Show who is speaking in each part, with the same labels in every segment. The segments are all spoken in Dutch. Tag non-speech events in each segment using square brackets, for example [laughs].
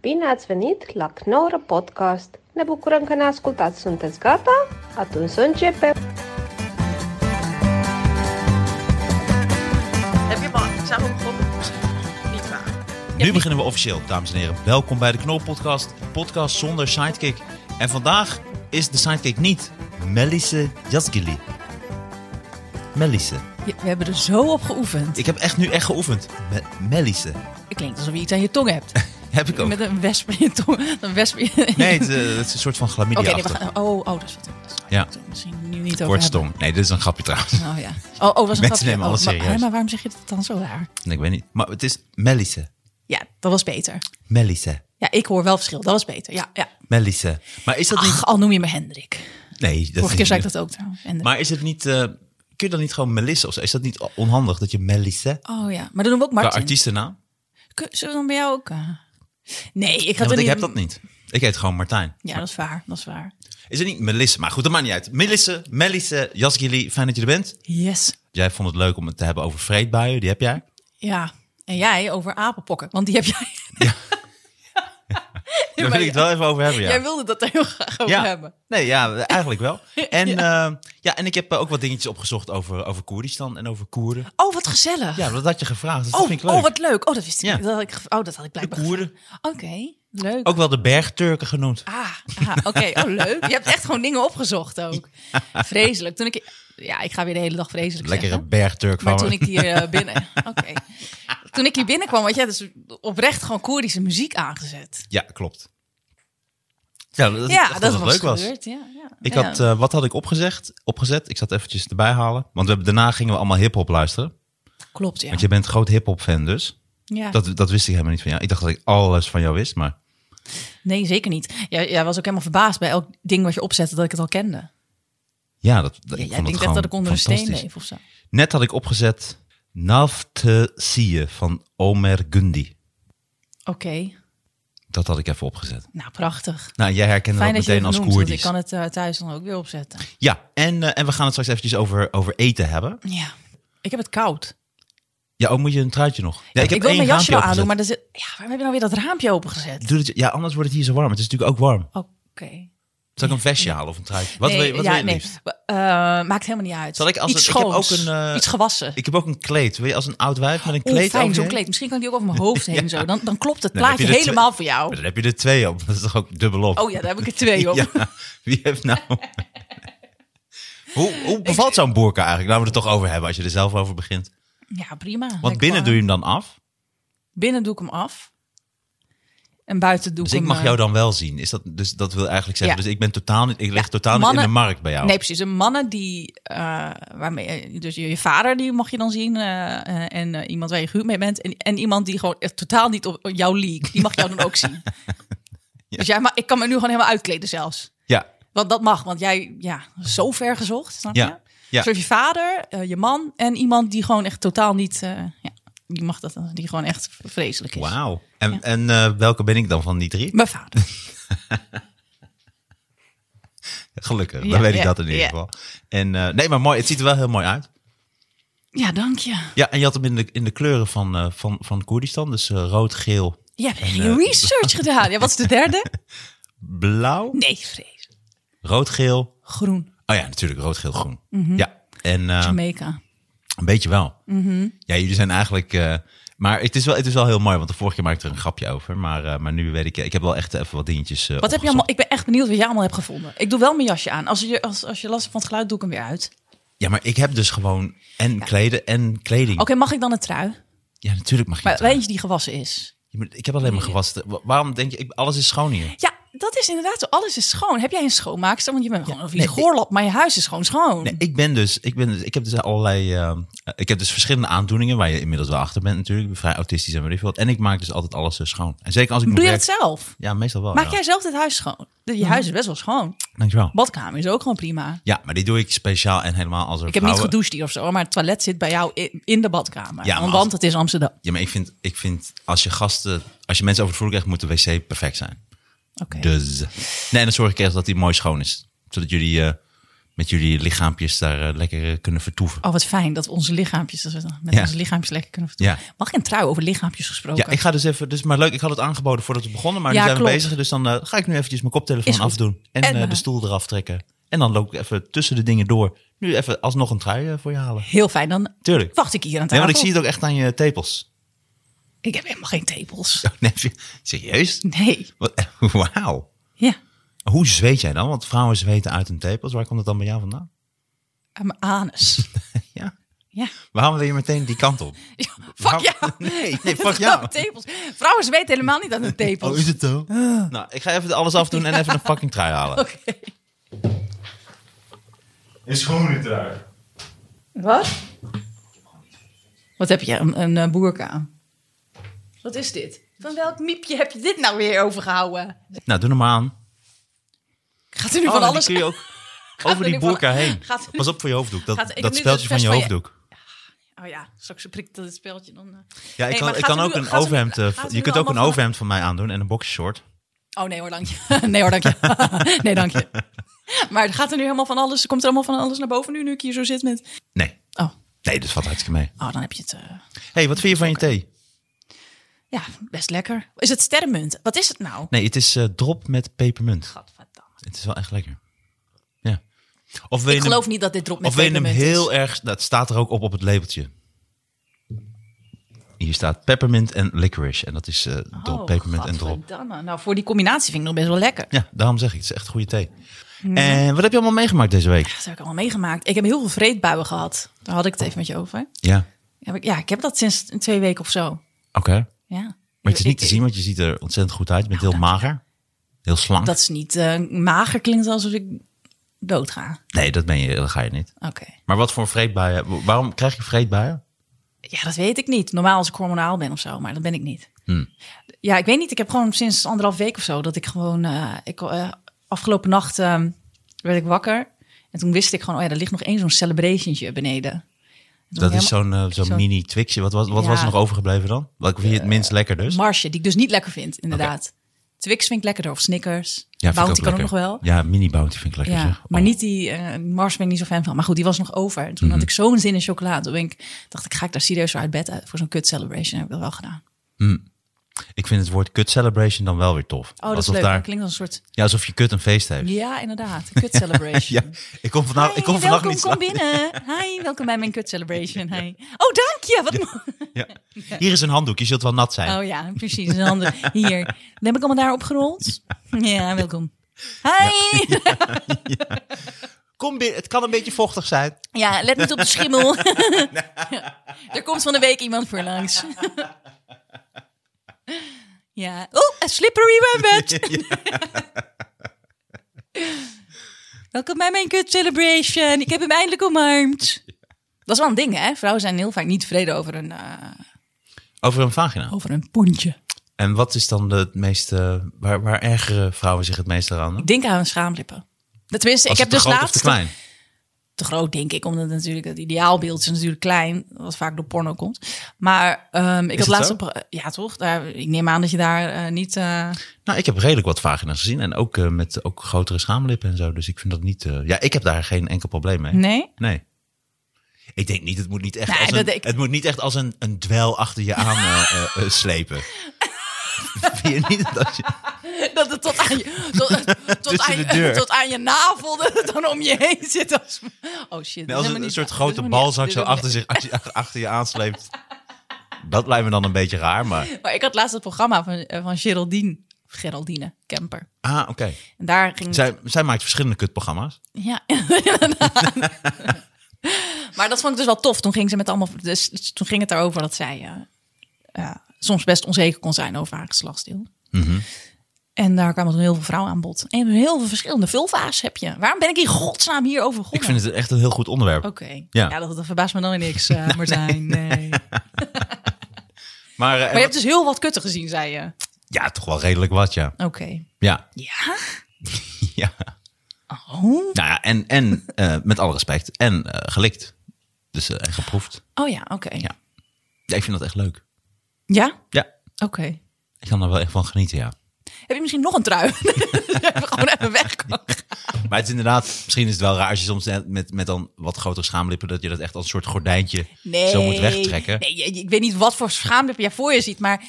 Speaker 1: Bine ați venit la Knorr Podcast! Ne bucurăm că ne ascultați! Sunteți gata? Atunci să începem!
Speaker 2: Heb je maar samen gevonden? Niet waar.
Speaker 3: Nu beginnen we officieel, dames en heren. Welkom bij de Knol Podcast, podcast zonder sidekick. En vandaag is de sidekick niet Melisse Jasgili. Melisse.
Speaker 4: Je- We hebben er zo op geoefend.
Speaker 3: Ik heb echt nu echt geoefend. Me- Melisse.
Speaker 4: Het klinkt alsof je iets aan je tong hebt.
Speaker 3: Heb ik ook.
Speaker 4: Met een wesp in je tong. [laughs] Een wesp in je...
Speaker 3: Oh. Nee, het, eh, het is een soort van
Speaker 4: [laughs] Oké,
Speaker 3: chlamydia
Speaker 4: nee, we gaan... Oh, oh, dat is wat anders.
Speaker 3: Ja.
Speaker 4: Dat moeten we Misschien nu niet over
Speaker 3: Kortstom. Nee, dit is een grapje trouwens. [laughs]
Speaker 4: hebben. Oh ja. Oh, oh was een
Speaker 3: Mensen
Speaker 4: grapje.
Speaker 3: nemen alles
Speaker 4: oh, maar,
Speaker 3: serieus.
Speaker 4: hè, maar waarom zeg je dat dan zo raar?
Speaker 3: Nee, ik weet niet. Maar het is Melisse.
Speaker 4: Ja, dat was beter.
Speaker 3: Melisse.
Speaker 4: Ja, ik hoor wel verschil. Dat was beter. Ja, ja.
Speaker 3: Melisse. Maar is dat niet...
Speaker 4: Ach, al noem je me Hendrik.
Speaker 3: Nee, dat
Speaker 4: Vorige
Speaker 3: is
Speaker 4: keer zei ik
Speaker 3: niet-
Speaker 4: dat ook trouwens. Hendrik.
Speaker 3: Maar is het niet... eh, kun je dan niet gewoon Melisse of zo? Is dat niet onhandig dat je Melisse...
Speaker 4: Oh ja, maar dan doen we ook
Speaker 3: Qua
Speaker 4: Martin.
Speaker 3: artiestennaam?
Speaker 4: Kun- Zullen we dan bij jou ook... eh? Nee, ik
Speaker 3: Ja,
Speaker 4: had
Speaker 3: want
Speaker 4: er
Speaker 3: ik
Speaker 4: niet...
Speaker 3: heb dat niet. Ik heet gewoon Martijn.
Speaker 4: Ja, dat is waar. Dat is waar.
Speaker 3: Is het niet Melisse? Maar goed, dat maakt niet uit. Melisse, Melisse, Jasgili, fijn dat je er bent.
Speaker 4: Yes.
Speaker 3: Jij vond het leuk om het te hebben over vreedbuien, die heb
Speaker 4: [laughs]
Speaker 3: jij.
Speaker 4: Ja, en jij over apenpokken, want die heb jij.
Speaker 3: Daar wil
Speaker 4: maar
Speaker 3: ik het wel even over hebben, ja.
Speaker 4: Jij wilde dat er heel graag over
Speaker 3: ja.
Speaker 4: hebben.
Speaker 3: Nee, ja, eigenlijk
Speaker 4: [laughs]
Speaker 3: wel. En, eh, ja, en ik heb eh, ook wat dingetjes opgezocht over, over Koerdistan en over Koerden.
Speaker 4: Oh, wat gezellig.
Speaker 3: Ja, dat had je gevraagd, dus dat
Speaker 4: oh,
Speaker 3: vind ik leuk.
Speaker 4: oh, wat leuk. Oh, dat wist ik.
Speaker 3: Ja.
Speaker 4: niet. Dat had ik ge- oh, dat had ik
Speaker 3: De Oh.
Speaker 4: blijkbaar.
Speaker 3: Koerden,
Speaker 4: Oké, leuk.
Speaker 3: ook wel de bergturken genoemd.
Speaker 4: Ah, ah, oké. Oh, leuk. Je hebt echt gewoon dingen
Speaker 3: [laughs]
Speaker 4: opgezocht ook. Vreselijk. Toen ik, ja, ik ga weer de hele dag vreselijk
Speaker 3: Lekkere
Speaker 4: zeggen.
Speaker 3: bergturk van
Speaker 4: Maar
Speaker 3: me.
Speaker 4: toen ik hier eh, binnen... [laughs] Oké. Toen ik hier binnenkwam, had jij dus oprecht gewoon Koerdische muziek aangezet.
Speaker 3: Ja, klopt. Ja, dat,
Speaker 4: ja,
Speaker 3: ik dacht
Speaker 4: dat,
Speaker 3: dat
Speaker 4: was
Speaker 3: het leuk was.
Speaker 4: gebeurd. Ja, ja.
Speaker 3: Ik
Speaker 4: Ja.
Speaker 3: had, eh, wat had ik opgezegd, opgezet? Ik zat eventjes erbij halen. Want we, hebben- daarna gingen we allemaal hip-hop luisteren.
Speaker 4: Klopt, ja.
Speaker 3: eh, Want je bent groot hip-hop fan, dus.
Speaker 4: ja.
Speaker 3: Dat, dat wist ik helemaal niet van jou. Ik dacht dat ik alles van jou wist, maar
Speaker 4: Nee, zeker niet. Jij, jij was ook helemaal verbaasd bij elk ding wat je opzette dat ik het al kende.
Speaker 3: ja, dat, dat,
Speaker 4: Ja,
Speaker 3: ik
Speaker 4: jij
Speaker 3: vond het
Speaker 4: denkt echt
Speaker 3: gewoon
Speaker 4: dat ik onder een steen
Speaker 3: fantastisch.
Speaker 4: leef of zo.
Speaker 3: Net had ik opgezet Naftesië van Omer Gundi.
Speaker 4: Oké,
Speaker 3: Dat had ik even opgezet.
Speaker 4: nou prachtig.
Speaker 3: Nou, jij herkende
Speaker 4: Fijn
Speaker 3: dat
Speaker 4: dat je
Speaker 3: meteen
Speaker 4: het
Speaker 3: als
Speaker 4: noemt, want ik
Speaker 3: Koerdisch.
Speaker 4: kan het eh, thuis dan ook weer opzetten.
Speaker 3: Ja, en, eh, en we gaan het straks eventjes over, over eten hebben.
Speaker 4: Ja, ik heb het koud.
Speaker 3: Ja, ook moet je een truitje nog. Ja, ik heb
Speaker 4: wil
Speaker 3: één
Speaker 4: mijn jasje wel
Speaker 3: raampje
Speaker 4: aandoen,
Speaker 3: opgezet.
Speaker 4: maar er zit, ja, waarom heb je nou weer dat raampje opengezet?
Speaker 3: Doe het, ja, anders wordt het hier zo warm. Het is natuurlijk ook warm.
Speaker 4: Oké.
Speaker 3: Zal ik een vestje halen of een truitje? Wat
Speaker 4: Nee,
Speaker 3: wil je, wat
Speaker 4: ja,
Speaker 3: wil je
Speaker 4: nee.
Speaker 3: liefst?
Speaker 4: Eh, maakt helemaal niet uit.
Speaker 3: Zal ik als
Speaker 4: Iets
Speaker 3: het- ik heb
Speaker 4: schoons,
Speaker 3: ook een, eh,
Speaker 4: iets gewassen.
Speaker 3: Ik heb ook een kleed. Wil je als een oud wijf met een
Speaker 4: Oeh,
Speaker 3: kleed
Speaker 4: fijn,
Speaker 3: over je
Speaker 4: zo'n
Speaker 3: heen?
Speaker 4: kleed. Misschien kan ik die ook over mijn
Speaker 3: [laughs]
Speaker 4: hoofd heen zo. Dan, dan klopt het
Speaker 3: Dan heb
Speaker 4: plaatje
Speaker 3: je er twee-
Speaker 4: helemaal voor
Speaker 3: Maar
Speaker 4: jou.
Speaker 3: dan heb je er twee op. Dat is toch ook dubbel op?
Speaker 4: Oh ja, daar heb ik er twee op.
Speaker 3: [laughs] Ja, wie heeft nou...
Speaker 4: [laughs]
Speaker 3: hoe, hoe bevalt zo'n boerka eigenlijk? Laten we het toch over hebben als je er zelf over begint.
Speaker 4: Ja, prima.
Speaker 3: Want binnen doe je hem dan af.
Speaker 4: Binnen doe ik hem af. En buiten doe
Speaker 3: Dus
Speaker 4: ik
Speaker 3: ik
Speaker 4: hem...
Speaker 3: mag
Speaker 4: eh,
Speaker 3: jou dan wel zien. Is dat, dus dat wil eigenlijk zeggen.
Speaker 4: Ja.
Speaker 3: Dus ik ben totaal niet, ik leg totaal niet
Speaker 4: mannen-
Speaker 3: in de markt bij jou.
Speaker 4: Nee, precies. De mannen die, eh, waarmee, dus je, je vader die mag je dan zien eh, eh, en eh, iemand waar je gehuwd mee bent en, en iemand die gewoon echt totaal niet op op jouw league, die mag jou dan ook
Speaker 3: [laughs]
Speaker 4: zien. Dus jij, maar ik kan me nu gewoon helemaal uitkleden zelfs.
Speaker 3: Ja,
Speaker 4: Want dat mag, want jij, ja, zo ver gezocht, snap
Speaker 3: Ja,
Speaker 4: je?
Speaker 3: ja.
Speaker 4: Dus je vader, eh, je man en iemand die gewoon echt totaal niet, eh, ja, die mag dat, dan- die gewoon echt vreselijk is.
Speaker 3: wauw. En, en eh, welke ben ik dan van die drie?
Speaker 4: Mijn vader. [laughs]
Speaker 3: Gelukkig, dan
Speaker 4: Ja,
Speaker 3: weet ik
Speaker 4: ja,
Speaker 3: dat in ieder
Speaker 4: ja.
Speaker 3: geval. En, eh, nee, maar mooi. Het ziet er wel heel mooi uit.
Speaker 4: Ja, dank je.
Speaker 3: Ja, en je had hem in de, in de kleuren van, eh, van, van Koerdistan. Dus eh, rood, geel,
Speaker 4: Je hebt echt
Speaker 3: eh,
Speaker 4: je research gedaan. Ja, wat is de derde?
Speaker 3: blauw.
Speaker 4: Nee, vrees.
Speaker 3: Rood, geel.
Speaker 4: Groen.
Speaker 3: Oh ja, natuurlijk rood, geel, groen.
Speaker 4: Mhm.
Speaker 3: Ja, en... eh,
Speaker 4: Jamaica.
Speaker 3: Een beetje wel.
Speaker 4: Mhm.
Speaker 3: Ja, jullie zijn eigenlijk. eh, maar het is, wel, het is wel heel mooi, want de vorige keer maakte ik er een grapje over. Maar, eh, maar nu weet ik, ik heb wel echt even wat dingetjes. eh,
Speaker 4: Wat heb je
Speaker 3: opgezocht.
Speaker 4: allemaal? Ik ben echt benieuwd wat jij allemaal hebt gevonden. Ik doe wel mijn jasje aan. Als je, als, als je last hebt van het geluid, doe ik hem weer uit. Oké,
Speaker 3: Ja, maar ik heb dus gewoon en kleden en kleding.
Speaker 4: mag ik dan een trui?
Speaker 3: Ja, natuurlijk mag je.
Speaker 4: Maar
Speaker 3: het aan.
Speaker 4: eentje die gewassen is.
Speaker 3: Ja, maar Ik heb alleen maar gewassen. Wa- Waarom denk je, ik, alles is schoon hier?
Speaker 4: Ja, dat is inderdaad zo. Alles is schoon. Heb jij een schoonmaakster? Want je bent gewoon een vieze goorlap, maar je huis is gewoon schoon.
Speaker 3: Nee, ik ben dus, ik ben dus, ik heb dus allerlei, eh, ik heb dus verschillende aandoeningen waar je inmiddels wel achter bent natuurlijk. Ik ben vrij autistisch en weet ik veel wat. En ik maak dus altijd alles eh, schoon. En zeker als ik
Speaker 4: doe
Speaker 3: nog
Speaker 4: je
Speaker 3: werk-
Speaker 4: dat zelf?
Speaker 3: Ja, meestal wel.
Speaker 4: Maak
Speaker 3: ja.
Speaker 4: jij zelf dit huis schoon? Je huis is best wel schoon.
Speaker 3: Dankjewel.
Speaker 4: Badkamer is ook gewoon prima.
Speaker 3: Ja, maar die doe ik speciaal en helemaal als er
Speaker 4: Ik heb niet
Speaker 3: vrouwen-
Speaker 4: gedoucht hier of zo, maar het toilet zit bij jou in, in de badkamer.
Speaker 3: Ja, maar
Speaker 4: want
Speaker 3: als-
Speaker 4: het is Amsterdam.
Speaker 3: Ja, maar ik vind, ik vind als je gasten, als je mensen over het vloer krijgt, moet de wc perfect zijn.
Speaker 4: Oké.
Speaker 3: Dus. Nee, en dan zorg ik echt dat die mooi schoon is. Zodat jullie eh, met jullie lichaampjes daar eh, lekker eh, kunnen vertoeven.
Speaker 4: Oh, wat fijn dat we onze lichaampjes, dat we dan met
Speaker 3: Ja.
Speaker 4: onze lichaampjes lekker kunnen vertellen.
Speaker 3: Ja.
Speaker 4: Mag ik een trui over lichaampjes gesproken?
Speaker 3: Ja, ik ga dus even, dus maar leuk, ik had het aangeboden voordat we begonnen, maar
Speaker 4: Ja,
Speaker 3: nu zijn
Speaker 4: klopt.
Speaker 3: we bezig. Dus dan eh, ga ik nu eventjes mijn
Speaker 4: Is
Speaker 3: koptelefoon
Speaker 4: goed.
Speaker 3: afdoen en,
Speaker 4: En,
Speaker 3: eh,
Speaker 4: eh,
Speaker 3: de stoel eraf trekken. En dan loop ik even tussen de dingen door. Nu even alsnog een trui eh, voor je halen.
Speaker 4: Heel fijn, dan
Speaker 3: Tuurlijk.
Speaker 4: wacht ik hier aan
Speaker 3: Nee,
Speaker 4: tafel.
Speaker 3: want ik zie het ook echt aan je tepels. [laughs]
Speaker 4: Ik heb helemaal geen tepels.
Speaker 3: Oh, nee, serieus?
Speaker 4: Nee,
Speaker 3: Wat- [laughs] Wauw.
Speaker 4: ja.
Speaker 3: Hoe zweet jij dan? Want vrouwen zweten uit hun tepels. Waar komt dat dan bij jou vandaan? [laughs]
Speaker 4: Aan mijn anus.
Speaker 3: Ja.
Speaker 4: Ja.
Speaker 3: Waarom wil je meteen die kant op?
Speaker 4: [laughs] Ja, Fuck
Speaker 3: Waarom-
Speaker 4: jou. [laughs]
Speaker 3: Nee, nee, fuck jou.
Speaker 4: Tepels. Vrouwen weten helemaal niet aan
Speaker 3: [laughs]
Speaker 4: hun tepels.
Speaker 3: Oh, is het zo? Nou, ik ga even alles afdoen en even een fucking trui halen.
Speaker 4: [laughs] Oké.
Speaker 5: Een schone trui.
Speaker 4: Wat? Wat heb je? Een, een eh, boerka aan. Wat is dit? Van welk miepje heb je dit nou weer overgehouden?
Speaker 3: Nou, doe hem maar aan.
Speaker 4: Gaat er nu
Speaker 3: Oh,
Speaker 4: van
Speaker 3: en die
Speaker 4: alles
Speaker 3: kun
Speaker 4: [laughs]
Speaker 3: je ook over
Speaker 4: er
Speaker 3: die
Speaker 4: nu van-
Speaker 3: boerka heen.
Speaker 4: gaat er nu-
Speaker 3: Pas op voor je hoofddoek. Dat,
Speaker 4: gaat- ik heb
Speaker 3: dat
Speaker 4: nu
Speaker 3: speeltje
Speaker 4: de
Speaker 3: van
Speaker 4: vest
Speaker 3: je
Speaker 4: van je-
Speaker 3: hoofddoek.
Speaker 4: Oh ja, straks prikt dat het speeltje dan. eh.
Speaker 3: Ja, ik
Speaker 4: Nee,
Speaker 3: kan,
Speaker 4: maar
Speaker 3: ik
Speaker 4: gaat
Speaker 3: kan
Speaker 4: er
Speaker 3: ook
Speaker 4: nu-
Speaker 3: een
Speaker 4: gaat er nu-
Speaker 3: overhemd... eh,
Speaker 4: gaat er
Speaker 3: van-
Speaker 4: nu
Speaker 3: je kunt ook een
Speaker 4: allemaal van-
Speaker 3: overhemd van mij aandoen en een boxershort.
Speaker 4: Oh nee hoor, dank je. [laughs] Nee hoor, dank je. [laughs] Nee, dank je. Maar het gaat er nu helemaal van alles. Komt er allemaal van alles naar boven nu, nu ik hier zo zit met.
Speaker 3: Nee,
Speaker 4: Oh,
Speaker 3: nee, dat valt hartstikke mee.
Speaker 4: oh dan heb je het. eh,
Speaker 3: hey, wat vind je van je thee?
Speaker 4: ja, best lekker. Is het sterrenmunt? Wat is het nou?
Speaker 3: Nee, het is eh, drop met pepermunt.
Speaker 4: Gadverdamme.
Speaker 3: Het is wel echt lekker. Ja. Of wil
Speaker 4: Ik
Speaker 3: je hem-
Speaker 4: geloof niet dat dit drop met
Speaker 3: Of wil je hem
Speaker 4: pepermunt is.
Speaker 3: heel erg... Dat staat er ook op op het labeltje. Hier staat peppermint en licorice. En dat is eh drop,
Speaker 4: Oh,
Speaker 3: pepermint en drop.
Speaker 4: gadverdamme. Nou, voor die combinatie vind ik nog best wel lekker.
Speaker 3: Ja, daarom zeg ik, het is echt goede thee. En wat heb je allemaal meegemaakt deze week?
Speaker 4: Dat heb ik allemaal meegemaakt. Ik heb heel veel vreedbuien gehad. Daar had ik het even met je over.
Speaker 3: Ja,
Speaker 4: Heb ik, ja, ik heb dat sinds twee weken of zo.
Speaker 3: oké.
Speaker 4: Ja.
Speaker 3: Maar het is niet te
Speaker 4: Ik- Nou,
Speaker 3: zien, want je ziet er ontzettend goed uit. Je bent heel mager, heel slank.
Speaker 4: Dat is niet eh, mager klinkt alsof ik doodga.
Speaker 3: Nee, dat ben je, dat ga je niet.
Speaker 4: Oké.
Speaker 3: Maar wat voor vreedbuien? Waarom krijg je vreedbuien?
Speaker 4: Ja, dat weet ik niet. Normaal als ik hormonaal ben of zo, maar dat ben ik niet.
Speaker 3: Hmm.
Speaker 4: Ja, ik weet niet. Ik heb gewoon sinds anderhalf week of zo dat ik gewoon. eh, ik, eh, afgelopen nacht ehm, werd ik wakker. En toen wist ik gewoon, oh ja, er ligt nog één zo'n celebrationje beneden. En toen
Speaker 3: Dat is
Speaker 4: helemaal-
Speaker 3: zo'n eh, zo'n
Speaker 4: zo'n-
Speaker 3: mini twixje. Wat, was, wat
Speaker 4: Ja. Eh,
Speaker 3: was er nog overgebleven dan? Wat vind je het minst lekker dus?
Speaker 4: Marsje, die ik dus niet lekker vind, inderdaad. Twix vind ik lekkerder, of Snickers.
Speaker 3: Ja, vind ik
Speaker 4: Bounty kan ook nog
Speaker 3: lekker.
Speaker 4: wel.
Speaker 3: Ja, mini bounty vind ik lekker.
Speaker 4: Ja,
Speaker 3: zeg. Oh.
Speaker 4: maar
Speaker 3: Mhm.
Speaker 4: niet die eh, Mars ben ik niet zo fan van. Maar goed, die was nog over. En toen had ik zo'n zin in chocolade. Toen ben ik, dacht ik, ga ik daar serieus voor uit bed uit voor zo'n kut celebration? Heb ik dat wel gedaan.
Speaker 3: Ik vind het woord kut celebration dan wel weer tof.
Speaker 4: Oh, dat is
Speaker 3: alsof,
Speaker 4: leuk. Dat
Speaker 3: daar,
Speaker 4: klinkt als een soort.
Speaker 3: ja, alsof je kut een feest heeft.
Speaker 4: Ja, inderdaad. Kut celebration.
Speaker 3: [laughs] Ja, ik kom vandaag, ik kom
Speaker 4: Hi,
Speaker 3: vandaag
Speaker 4: welkom,
Speaker 3: niet
Speaker 4: kom
Speaker 3: slapen.
Speaker 4: binnen. Hi, welkom bij mijn kut
Speaker 3: [laughs]
Speaker 4: celebration. Hi. Oh, dank je. Wat mo-
Speaker 3: Ja. Hier is een handdoek, je zult wel nat zijn.
Speaker 4: Oh ja, precies. Een ander. Hier. Dan heb ik allemaal daar opgerold. Ja, welkom. Hi. [laughs] Ja,
Speaker 3: Kom binnen, het kan een beetje vochtig
Speaker 4: [laughs]
Speaker 3: zijn.
Speaker 4: let niet op de
Speaker 3: [laughs]
Speaker 4: schimmel. er komt van de week iemand voor langs. [laughs] ja. Oh, a slippery rabbit. welkom bij mijn kut celebration. Ik heb hem eindelijk omarmd. Dat is wel een ding, hè? Vrouwen zijn heel vaak niet tevreden over een, eh,
Speaker 3: Over een vagina.
Speaker 4: over een poentje.
Speaker 3: En wat is dan de- het meeste, waar, waar ergeren vrouwen zich het meest aan?
Speaker 4: Ik denk aan een schaamlippen. Tenminste,
Speaker 3: Als
Speaker 4: ik heb
Speaker 3: het
Speaker 4: dus
Speaker 3: te groot of te
Speaker 4: laatst...
Speaker 3: klein?
Speaker 4: te groot, denk ik. Omdat natuurlijk het ideaalbeeld is natuurlijk klein. Wat vaak door porno komt. Maar ehm, ik had
Speaker 3: het
Speaker 4: laatst
Speaker 3: zo?
Speaker 4: op... Ja, toch? Daar, ik neem aan dat je daar eh, niet... eh,
Speaker 3: Nou, ik heb redelijk wat vagina's gezien. En ook eh, met ook grotere schaamlippen en zo. Dus ik vind dat niet... eh, ja, ik heb daar geen enkel probleem mee.
Speaker 4: nee?
Speaker 3: Nee. Ik denk niet, het moet niet echt
Speaker 4: Nee,
Speaker 3: als,
Speaker 4: dat
Speaker 3: een,
Speaker 4: denk ik-
Speaker 3: het moet niet echt als een, een dwel achter je aan eh, eh, eh,
Speaker 4: [laughs]
Speaker 3: slepen. Vind je niet dat je...
Speaker 4: Dat het tot
Speaker 3: [laughs]
Speaker 4: aan je, tot, eh, tot
Speaker 3: Tussen
Speaker 4: aan,
Speaker 3: de
Speaker 4: je,
Speaker 3: deur.
Speaker 4: [laughs] tot aan je navel dat het dan om je heen zit. Als, oh shit.
Speaker 3: Nee,
Speaker 4: dat
Speaker 3: als
Speaker 4: is
Speaker 3: een,
Speaker 4: helemaal
Speaker 3: een
Speaker 4: niet-
Speaker 3: soort
Speaker 4: dat is
Speaker 3: grote
Speaker 4: helemaal niet-
Speaker 3: balzak zo
Speaker 4: dat is-
Speaker 3: achter, zich, achter, je- achter je aansleept. Dat lijkt me dan een beetje raar, maar...
Speaker 4: Maar ik had laatst het programma van, eh, van Geraldine. Geraldine Kemper.
Speaker 3: Ah, oké.
Speaker 4: En daar ging
Speaker 3: Zij, zij maakt verschillende kutprogramma's.
Speaker 4: Ja, [laughs] inderdaad. maar dat vond ik dus wel tof. Toen ging ze met allemaal. Dus toen ging het daarover dat zij eh, eh, soms best onzeker kon zijn over haar geslachtsdeel.
Speaker 3: Mhm.
Speaker 4: En daar kwamen toen heel veel vrouwen aan bod. En heel veel verschillende vulva's heb je. Waarom ben ik in godsnaam hierover begonnen?
Speaker 3: Ik vind het echt een heel goed onderwerp.
Speaker 4: Oké. Ja,
Speaker 3: Ja.
Speaker 4: dat, dat verbaast me dan weer
Speaker 3: [laughs]
Speaker 4: niks, eh, Martijn. Nee. Maar
Speaker 3: Maar, eh,
Speaker 4: je hebt dus heel wat kutten gezien, zei je.
Speaker 3: ja, toch wel redelijk wat, ja.
Speaker 4: Oké.
Speaker 3: Ja,
Speaker 4: Ja?
Speaker 3: [laughs] ja.
Speaker 4: Oh.
Speaker 3: Nou ja, en, en eh, met alle respect. En eh, gelikt. Dus eh, en geproefd.
Speaker 4: Oh ja, oké. Ja?
Speaker 3: Ja. Ja, ik vind dat echt leuk.
Speaker 4: Ja?
Speaker 3: Ja,
Speaker 4: Oké.
Speaker 3: ik kan er wel echt van genieten, ja.
Speaker 4: Heb je misschien nog een trui? [laughs] dat je even gewoon even weg kan
Speaker 3: [laughs]
Speaker 4: gaan.
Speaker 3: Maar het is inderdaad, misschien is het wel raar als je soms net met, met dan wat grotere schaamlippen, dat je dat echt als een soort gordijntje
Speaker 4: Nee.
Speaker 3: zo moet wegtrekken.
Speaker 4: Nee, je- je- ik weet niet wat voor schaamlippen jij voor je ziet, maar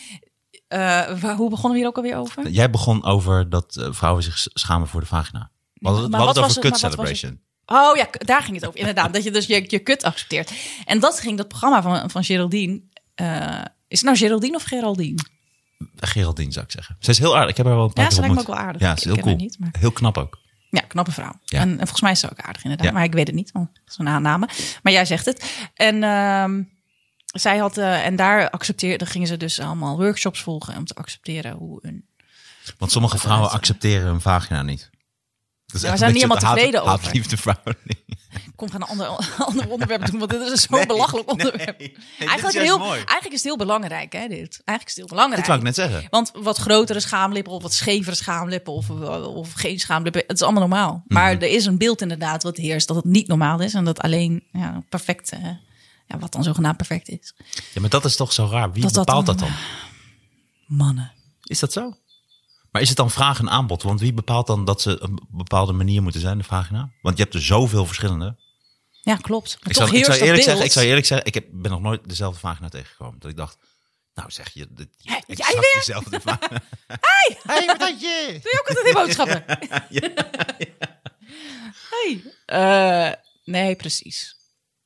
Speaker 4: eh, waar- hoe begonnen we hier ook alweer over?
Speaker 3: Jij begon over dat eh, vrouwen zich s- schamen voor de vagina. We hadden het, we
Speaker 4: Maar
Speaker 3: hadden
Speaker 4: wat
Speaker 3: het over kut
Speaker 4: was het- maar wat was
Speaker 3: celebration.
Speaker 4: Oh ja, k- daar ging het over. Inderdaad, dat je dus je, je kut accepteert. En dat ging dat programma van, van Geraldine. eh, is het nou Geraldine of Geraldine?
Speaker 3: Eh, Geraldine zou ik zeggen. Ze is heel aardig. Oh, Ik heb haar wel een paar
Speaker 4: Ja,
Speaker 3: keer
Speaker 4: ze lijkt me ook
Speaker 3: ontmoet.
Speaker 4: wel aardig.
Speaker 3: Ja, ze is
Speaker 4: Ik
Speaker 3: heel
Speaker 4: ken haar
Speaker 3: cool.
Speaker 4: niet, maar-
Speaker 3: Heel knap ook.
Speaker 4: Ja, knappe vrouw.
Speaker 3: Ja.
Speaker 4: En, en volgens mij is ze ook aardig inderdaad.
Speaker 3: Ja.
Speaker 4: Maar ik weet het niet, want dat is een aanname. Maar jij zegt het. En ehm, zij had, eh, en daar accepteerde, gingen ze dus allemaal workshops volgen om te accepteren hoe een...
Speaker 3: Want sommige vrouwen accepteren hun vagina niet. Dat is
Speaker 4: Ja, maar zijn niet helemaal tevreden
Speaker 3: haat,
Speaker 4: over.
Speaker 3: liefde verhouding.
Speaker 4: Ik kom gaan een ander, [laughs] ander onderwerp doen, want dit is een zo belachelijk onderwerp.
Speaker 3: Nee. En dit is
Speaker 4: Eigenlijk,
Speaker 3: juist
Speaker 4: heel, Ah,
Speaker 3: mooi.
Speaker 4: eigenlijk is het heel belangrijk, hè, dit. Eigenlijk is het heel belangrijk.
Speaker 3: Dit wou ik net zeggen.
Speaker 4: Want wat grotere schaamlippen of wat schevere schaamlippen of, of geen schaamlippen, het is allemaal normaal. Maar
Speaker 3: Mhm.
Speaker 4: er is een beeld inderdaad wat heerst dat het niet normaal is en dat alleen ja, perfect, eh, ja, wat dan zogenaamd perfect is.
Speaker 3: Ja, maar dat is toch zo raar. Wie
Speaker 4: Dat dat
Speaker 3: bepaalt dat
Speaker 4: dan-
Speaker 3: dan?
Speaker 4: Mannen.
Speaker 3: Is dat zo? Maar is het dan vraag en aanbod? Want wie bepaalt dan dat ze een bepaalde manier moeten zijn, de vagina? Want je hebt er zoveel verschillende.
Speaker 4: Ja, klopt. Maar
Speaker 3: Ik
Speaker 4: toch
Speaker 3: zou, ik
Speaker 4: heerst
Speaker 3: zou
Speaker 4: dat
Speaker 3: eerlijk
Speaker 4: beeld.
Speaker 3: zeggen, ik zou eerlijk zeggen, ik heb, ben nog nooit dezelfde vagina tegengekomen. Dat ik dacht, nou zeg je, dit,
Speaker 4: Hè,
Speaker 3: exact
Speaker 4: jij weer?
Speaker 3: dezelfde
Speaker 4: [laughs]
Speaker 3: vagina.
Speaker 4: Doe je ook altijd die boodschappen?
Speaker 3: [laughs]
Speaker 4: hey. Eh, nee, precies.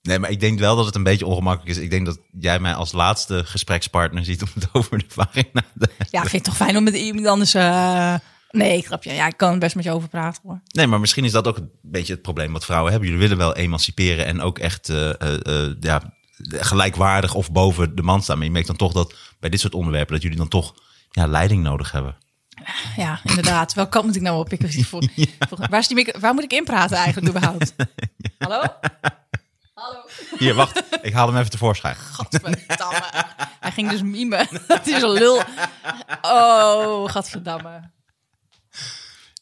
Speaker 3: Nee, maar ik denk wel dat het een beetje ongemakkelijk is. Ik denk dat jij mij als laatste gesprekspartner ziet om het [laughs] over de vagina te hebben.
Speaker 4: Ja, ik vind het toch fijn om met iemand anders... eh, Nee, ik grapje. Ja, ik kan best met je over praten hoor.
Speaker 3: Nee, maar misschien is dat ook een beetje het probleem wat vrouwen hebben. Jullie willen wel emanciperen en ook echt eh, eh, eh, ja, gelijkwaardig of boven de man staan. Maar je merkt dan toch dat bij dit soort onderwerpen dat jullie dan toch ja, leiding nodig hebben.
Speaker 4: Ja, inderdaad. Welk kant moet ik nou op? Ik weet niet
Speaker 3: [laughs]
Speaker 4: voor, voor- waar, is die micro- waar moet ik inpraten eigenlijk überhaupt? Hallo? Hallo?
Speaker 3: Hier, wacht. ik haal hem even tevoorschijn.
Speaker 4: Gadverdamme. Hij ging dus
Speaker 3: [laughs]
Speaker 4: mimen. [laughs] Het is een lul. Oh, gadverdamme.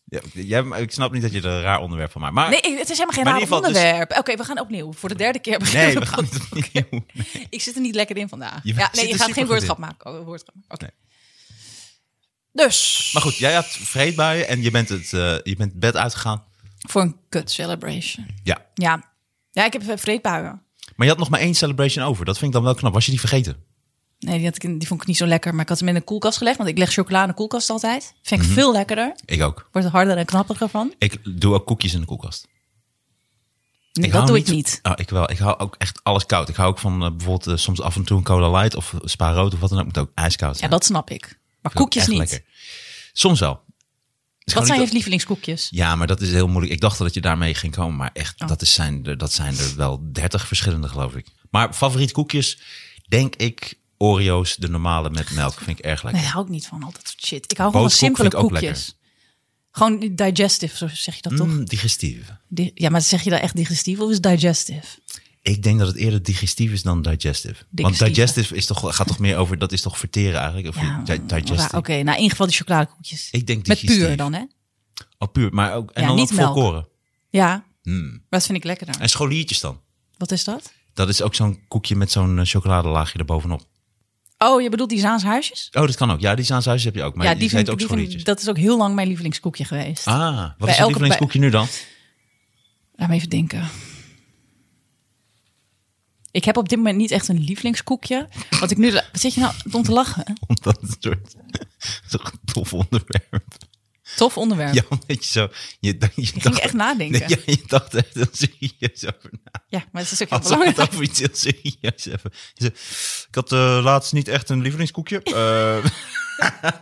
Speaker 3: Ja, jij, ik snap niet dat je er een raar onderwerp van maakt. Maar,
Speaker 4: Nee, ik- het is helemaal geen
Speaker 3: Maar in ieder
Speaker 4: raar
Speaker 3: geval dus-
Speaker 4: onderwerp. Oké, we gaan opnieuw. Voor de derde keer [laughs] beginnen.
Speaker 3: [laughs] Nee, we gaan niet opnieuw.
Speaker 4: Ik zit er niet lekker in vandaag.
Speaker 3: Je
Speaker 4: ja,
Speaker 3: zit
Speaker 4: nee, je
Speaker 3: er
Speaker 4: gaat geen
Speaker 3: supergoed
Speaker 4: woordschap
Speaker 3: in.
Speaker 4: maken. Oh, woordschap. Oké. Dus,
Speaker 3: Maar goed, jij had vreedbuien en je bent het, eh, je bent het bed uitgegaan.
Speaker 4: voor een kut celebration.
Speaker 3: Ja.
Speaker 4: Ja. Ja, ik heb eh, vreedbuien.
Speaker 3: Maar je had nog maar één celebration over. Dat vind ik dan wel knap. Was je die vergeten?
Speaker 4: Nee, die, had ik, in- die vond ik niet zo lekker. Maar ik had hem in de koelkast gelegd. Want ik leg chocola in de koelkast altijd. Vind ik veel lekkerder.
Speaker 3: Ik ook.
Speaker 4: Wordt er harder en knapperiger van.
Speaker 3: Mhm. Ik doe ook koekjes in de koelkast.
Speaker 4: Nee,
Speaker 3: hou
Speaker 4: dat doe ik niet.
Speaker 3: Oh, ik wel. Ik hou ook echt alles koud. Ik hou ook van eh, bijvoorbeeld eh, soms af en toe een cola light of eh, spa rood of wat dan ook. Moet ook ijskoud
Speaker 4: Ja,
Speaker 3: zijn.
Speaker 4: dat snap ik. Maar
Speaker 3: Vind ik
Speaker 4: koekjes
Speaker 3: echt
Speaker 4: niet.
Speaker 3: lekker. Soms wel. Is gewoon
Speaker 4: Wat zijn
Speaker 3: niet
Speaker 4: je lievelingskoekjes?
Speaker 3: Ja, maar dat is heel moeilijk. Ik dacht al dat je daarmee ging komen, maar echt,
Speaker 4: Oh.
Speaker 3: dat, is zijn er, dat zijn er wel dertig verschillende, geloof ik. Maar favoriet koekjes, denk ik, Oreo's, de normale met melk, vind ik erg lekker.
Speaker 4: Nee, daar hou ik niet van. Al dat soort shit. Ik hou gewoon van
Speaker 3: Boterkoek
Speaker 4: simpele
Speaker 3: vind ik ook
Speaker 4: koekjes. Gewoon die digestive, zo zeg je dat toch?
Speaker 3: Mm, digestief.
Speaker 4: Di- Ja, maar zeg je dat echt digestief of is digestive?
Speaker 3: Ik denk dat het eerder digestief is dan digestive. Want
Speaker 4: Digestief.
Speaker 3: digestive is toch, gaat toch meer over, dat is toch verteren eigenlijk? Of
Speaker 4: Ja,
Speaker 3: ja, digestive.
Speaker 4: ra- Oké, nou in ieder geval die chocoladekoekjes.
Speaker 3: Ik denk
Speaker 4: Met
Speaker 3: digestief.
Speaker 4: puur dan, hè?
Speaker 3: Oh, puur, maar ook, en
Speaker 4: Ja,
Speaker 3: dan
Speaker 4: niet
Speaker 3: ook
Speaker 4: melk.
Speaker 3: volkoren.
Speaker 4: Ja,
Speaker 3: Mm.
Speaker 4: dat vind ik lekkerder.
Speaker 3: En scholiertjes dan?
Speaker 4: Wat is dat?
Speaker 3: Dat is ook zo'n koekje met zo'n eh, chocoladelaagje erbovenop.
Speaker 4: Oh, je bedoelt die Zaanshuisjes?
Speaker 3: Oh, dat kan ook. Ja, die Zaanshuis heb je ook, maar ja, die, heet
Speaker 4: vind
Speaker 3: ook
Speaker 4: ik- die
Speaker 3: scholiertjes.
Speaker 4: vind, dat is ook heel lang mijn lievelingskoekje geweest.
Speaker 3: Ah, wat
Speaker 4: Bij
Speaker 3: is je
Speaker 4: elke-
Speaker 3: lievelingskoekje nu dan? [laughs]
Speaker 4: Laat me even denken. Ik heb op dit moment niet echt een lievelingskoekje. Wat ik nu. Wat zit je nou om te lachen?
Speaker 3: Omdat het soort, [laughs] toch een tof onderwerp.
Speaker 4: Tof onderwerp.
Speaker 3: Ja, omdat je zo... Je, dacht- je
Speaker 4: ik ging
Speaker 3: dacht-
Speaker 4: echt nadenken.
Speaker 3: Nee, ja, je dacht echt heel serieus over na.
Speaker 4: Ja, maar het is ook heel
Speaker 3: Had ze het
Speaker 4: belangrijk.
Speaker 3: over iets heel serieus hebben. Je zei, ik had eh, laatst niet echt een
Speaker 4: [laughs]
Speaker 3: lievelingskoekje. Eh,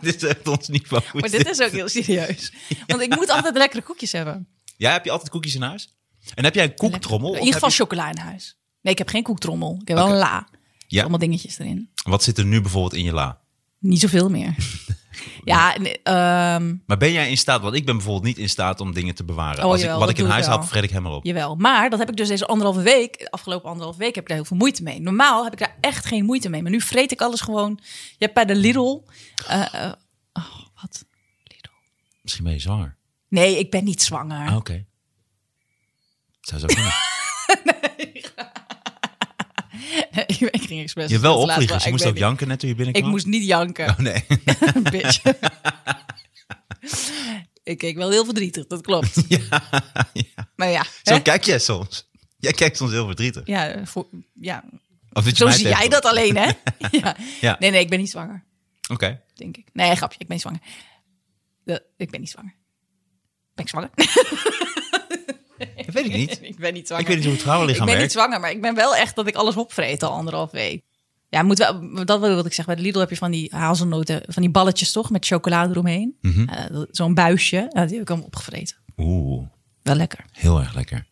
Speaker 3: [laughs] dit is echt ons niveau.
Speaker 4: Maar dit is ook heel serieus. Want ik moet altijd lekkere koekjes hebben.
Speaker 3: Ja, heb je altijd koekjes in huis? En heb jij een koektrommel?
Speaker 4: In
Speaker 3: Of
Speaker 4: ieder geval
Speaker 3: heb
Speaker 4: chocola in huis. Nee, ik heb geen koektrommel. Ik heb wel
Speaker 3: Oké.
Speaker 4: een la.
Speaker 3: Ja.
Speaker 4: Allemaal dingetjes erin.
Speaker 3: je- wat zit er nu bijvoorbeeld in je la?
Speaker 4: Niet zoveel
Speaker 3: [laughs]
Speaker 4: meer. ja, en, ehm,
Speaker 3: Maar ben jij in staat? Want ik ben bijvoorbeeld niet in staat om dingen te bewaren.
Speaker 4: Oh,
Speaker 3: Als ik,
Speaker 4: jawel,
Speaker 3: wat ik
Speaker 4: dat
Speaker 3: in
Speaker 4: doe ik
Speaker 3: huis
Speaker 4: wel.
Speaker 3: haal, vreet ik helemaal op.
Speaker 4: Jawel, maar dat heb ik dus deze anderhalve week, de afgelopen anderhalve week, heb ik daar heel veel moeite mee. Normaal heb ik daar echt geen moeite mee, maar nu vreet ik alles gewoon. Je hebt bij de Lidl. eh, eh, oh, wat? Lidl.
Speaker 3: Misschien ben je zwanger.
Speaker 4: Nee, ik ben niet zwanger.
Speaker 3: Ah, oké. Zou zo kunnen.
Speaker 4: [laughs] ik ging expres.
Speaker 3: Je wel
Speaker 4: dat laat
Speaker 3: opvliegers.
Speaker 4: wel.
Speaker 3: Je Oh,
Speaker 4: Ik
Speaker 3: moest [laughs]
Speaker 4: weet
Speaker 3: ook janken net toen je binnenkwam.
Speaker 4: [laughs] niet. Ik moest niet janken,
Speaker 3: Oh nee.
Speaker 4: bitch. Ik keek wel heel verdrietig, dat klopt.
Speaker 3: [laughs] Ja, ja.
Speaker 4: Maar ja,
Speaker 3: Zo
Speaker 4: hè?
Speaker 3: kijk jij soms. Jij kijkt soms heel verdrietig.
Speaker 4: ja, voor, ja.
Speaker 3: Of dat je
Speaker 4: zo
Speaker 3: mij
Speaker 4: zie jij
Speaker 3: tegenkomt.
Speaker 4: dat alleen, hè? ja.
Speaker 3: [laughs] Ja.
Speaker 4: Nee, nee, ik ben niet zwanger,
Speaker 3: Oké.
Speaker 4: denk ik. Nee, grapje, ik ben niet zwanger. Dat- ik ben niet zwanger. Ben ik zwanger?
Speaker 3: Dat weet ik niet.
Speaker 4: [laughs] ik ben niet zwanger.
Speaker 3: Ik weet niet hoe het
Speaker 4: Ik ben
Speaker 3: vrouwenlichaam
Speaker 4: niet
Speaker 3: werkt.
Speaker 4: zwanger, maar ik ben wel echt dat ik alles opvreet al anderhalf week. Ja, moet wel, dat wil ik zeggen. Bij de Lidl heb je van die hazelnoten, van die balletjes toch, met chocolade eromheen.
Speaker 3: Mhm.
Speaker 4: Eh, dat- Zo'n buisje, Nou, die heb ik allemaal opgevreten.
Speaker 3: Oeh,
Speaker 4: Wel lekker.
Speaker 3: heel erg lekker.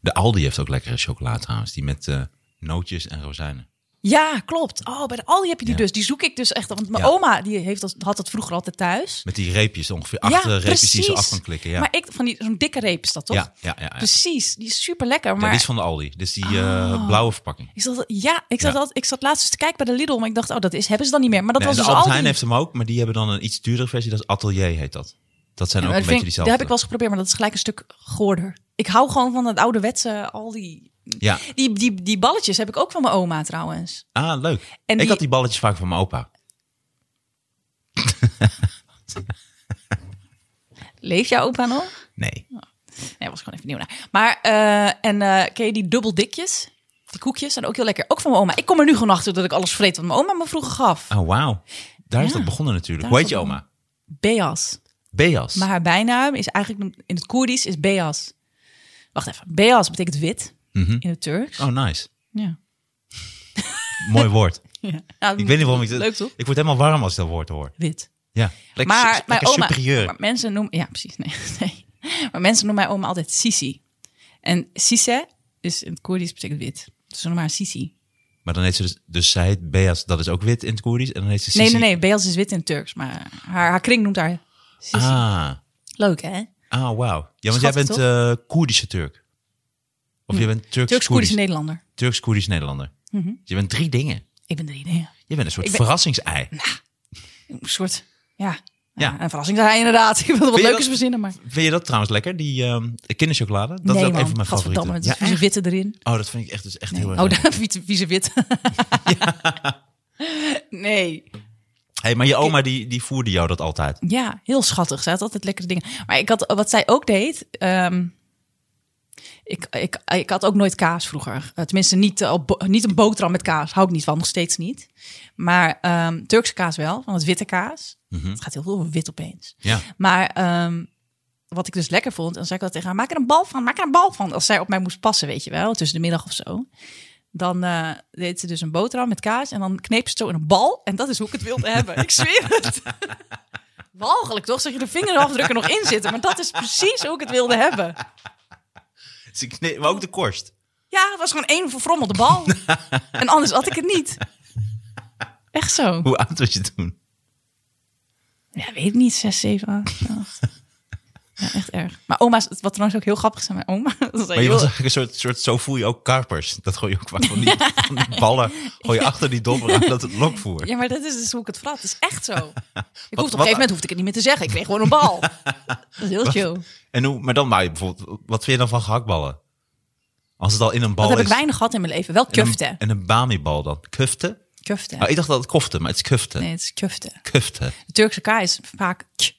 Speaker 3: De Aldi heeft ook lekkere chocola trouwens. Die met eh, nootjes en rozijnen.
Speaker 4: Ja, klopt. Oh, bij de Aldi heb je die
Speaker 3: Ja.
Speaker 4: dus. Die zoek ik dus echt. Want mijn
Speaker 3: Ja.
Speaker 4: oma die heeft dat, had dat vroeger altijd thuis.
Speaker 3: Met die reepjes ongeveer. Achter reepjes die je zo af kan klikken. Ja,
Speaker 4: Maar ik, van die, zo'n dikke reep is dat toch?
Speaker 3: ja, ja, ja, ja.
Speaker 4: Precies, die is super lekker.
Speaker 3: Ja,
Speaker 4: Maar Oh.
Speaker 3: die is van de Aldi. Dus die eh, blauwe verpakking.
Speaker 4: ik zat, ja, ik zat,
Speaker 3: Ja.
Speaker 4: al- ik zat laatst eens te kijken bij de Lidl, maar ik dacht, oh, dat is, hebben ze dan niet meer. Maar dat
Speaker 3: Nee,
Speaker 4: was
Speaker 3: de
Speaker 4: dus
Speaker 3: Albert
Speaker 4: Aldi.
Speaker 3: Heijn heeft hem ook, maar die hebben dan een iets duurdere versie. Dat is Atelier heet dat. Dat zijn
Speaker 4: Ja,
Speaker 3: ook
Speaker 4: maar
Speaker 3: een beetje
Speaker 4: dat vind ik-
Speaker 3: diezelfde.
Speaker 4: dat heb ik wel eens geprobeerd, maar dat is gelijk een stuk goorder. Ik hou gewoon van dat ouderwetse, al die...
Speaker 3: Ja.
Speaker 4: Die, die, die balletjes heb ik ook van mijn oma trouwens.
Speaker 3: Ah, leuk.
Speaker 4: En
Speaker 3: ik
Speaker 4: die-
Speaker 3: had die balletjes vaak van mijn opa.
Speaker 4: Leeft jouw opa nog?
Speaker 3: Nee.
Speaker 4: Nee, was gewoon even nieuw naar. Maar, eh, en eh ken je die dubbeldikjes? Die koekjes zijn ook heel lekker. Ook van mijn oma. Ik kom er nu gewoon achter dat ik alles vreet wat mijn oma me vroeger gaf.
Speaker 3: Oh, wauw. Daar is
Speaker 4: Ja.
Speaker 3: dat begonnen natuurlijk.
Speaker 4: Daar
Speaker 3: Hoe
Speaker 4: is
Speaker 3: heet je
Speaker 4: dat
Speaker 3: oma?
Speaker 4: Beas.
Speaker 3: Beas.
Speaker 4: Maar haar bijnaam is eigenlijk noemt- in het Koerdisch is Beas. Wacht even. Beas betekent wit
Speaker 3: Mhm.
Speaker 4: in het Turks.
Speaker 3: Oh, nice.
Speaker 4: Ja.
Speaker 3: Mooi woord.
Speaker 4: ja. Nou,
Speaker 3: Ik weet niet waarom
Speaker 4: [laughs]
Speaker 3: ik...
Speaker 4: Leuk toch?
Speaker 3: Ik word helemaal warm als ik dat woord hoor.
Speaker 4: Wit.
Speaker 3: Ja. Lekker,
Speaker 4: maar
Speaker 3: lekker
Speaker 4: mijn oma,
Speaker 3: superieur.
Speaker 4: maar mensen noemen, ja precies, nee, [laughs] nee. Maar mensen noemen mijn oma altijd Sisi. En Sise is in het Koerdisch betekent wit. Dus ze noemen haar Sisi.
Speaker 3: Maar dan heet ze dus... Dus zij heet Beas, dat is ook wit in het Koerdisch. En dan heet ze Sisi.
Speaker 4: Nee, nee, nee, Beels is wit in het Turks, maar haar, haar kring noemt haar Sisi.
Speaker 3: Ah,
Speaker 4: Leuk hè?
Speaker 3: ah wauw. Ja, want jij
Speaker 4: Schattig,
Speaker 3: bent eh, Koerdische Turk. Of jij bent
Speaker 4: Hm. Turks-Koerdisch
Speaker 3: Turks-Koerdisch
Speaker 4: Nederlander.
Speaker 3: Turks-Koerdisch-Nederlander. Dus je bent drie dingen.
Speaker 4: Ik ben drie, nee.
Speaker 3: Je bent een soort
Speaker 4: Ik ben- Nou,
Speaker 3: verrassingsei.
Speaker 4: Een soort, ja,
Speaker 3: Ja.
Speaker 4: ja. een verrassing zijn inderdaad. [laughs] Ik wilde wat
Speaker 3: je
Speaker 4: leukers
Speaker 3: dat-
Speaker 4: verzinnen, maar...
Speaker 3: Vind je dat trouwens lekker, die ehm, kinderchocolade? Dat
Speaker 4: nee
Speaker 3: is ook
Speaker 4: man,
Speaker 3: een van mijn favorieten.
Speaker 4: gadverdamme, met ja, vieze
Speaker 3: echt?
Speaker 4: witte erin.
Speaker 3: Oh, dat vind ik echt, dus echt
Speaker 4: Nee.
Speaker 3: heel erg
Speaker 4: Oh, [laughs]
Speaker 3: lekker.
Speaker 4: daar, vieze, vieze
Speaker 3: [laughs]
Speaker 4: wit. Nee.
Speaker 3: hey, Maar je oma, die, die voerde jou dat altijd.
Speaker 4: Ja, heel schattig. Ze had altijd lekkere dingen. Maar ik had, wat zij ook deed... ehm, ik, ik, ik had ook nooit kaas vroeger. Eh, Tenminste, niet, eh, op bo- niet een boterham met kaas. Hou ik niet van, nog steeds niet. Maar ehm, Turkse kaas wel, van het witte kaas. Het gaat heel veel over wit opeens.
Speaker 3: Ja.
Speaker 4: Maar ehm, wat ik dus lekker vond, dan zei ik wel tegen haar... maak er een bal van, maak er een bal van. Als zij op mij moest passen, weet je wel, tussen de middag of zo. Dan eh, deed ze dus een boterham met kaas en dan kneep ze het zo in een bal. En dat is hoe ik het wilde hebben. Ik zweer het. Walgelijk toch, dat je de vingerafdrukken nog in zitten. Maar dat is precies hoe ik het wilde hebben.
Speaker 3: Ze kne- Dus maar ook de korst.
Speaker 4: Ja, het was gewoon één verfrommelde bal. en anders had ik het niet. Echt zo.
Speaker 3: Hoe oud was je toen?
Speaker 4: Ja, weet ik niet. Zes, zeven, acht, acht. Ja, echt erg. Maar oma's, wat trouwens ook heel grappig is aan mijn oma. [laughs] Dat is
Speaker 3: Maar je
Speaker 4: heel-
Speaker 3: was eigenlijk een soort, soort, zo voel je ook karpers. Dat gooi je ook [laughs] vaak van die, van die ballen. Gooi je achter die dobber aan dat het lokvoer.
Speaker 4: Ja, maar dat is dus hoe ik het vrat. Dat is echt
Speaker 3: [laughs]
Speaker 4: zo. Ik hoefde op een
Speaker 3: wat-
Speaker 4: gegeven moment hoefde ik het niet meer te zeggen. Ik kreeg gewoon een
Speaker 3: [laughs]
Speaker 4: bal. Dat is heel chill.
Speaker 3: En hoe, maar dan maak je bijvoorbeeld, wat vind je dan van gehaktballen? Als het al in een bal
Speaker 4: Dat heb ik
Speaker 3: is.
Speaker 4: weinig gehad in mijn leven. Wel kufte.
Speaker 3: En een, en een bamibal dan. Kufte?
Speaker 4: Kufte.
Speaker 3: Oh, ik dacht dat het kofte, maar het is kufte.
Speaker 4: Nee, het is kufte.
Speaker 3: Kufte.
Speaker 4: De Turkse K is vaak k.
Speaker 3: Tj.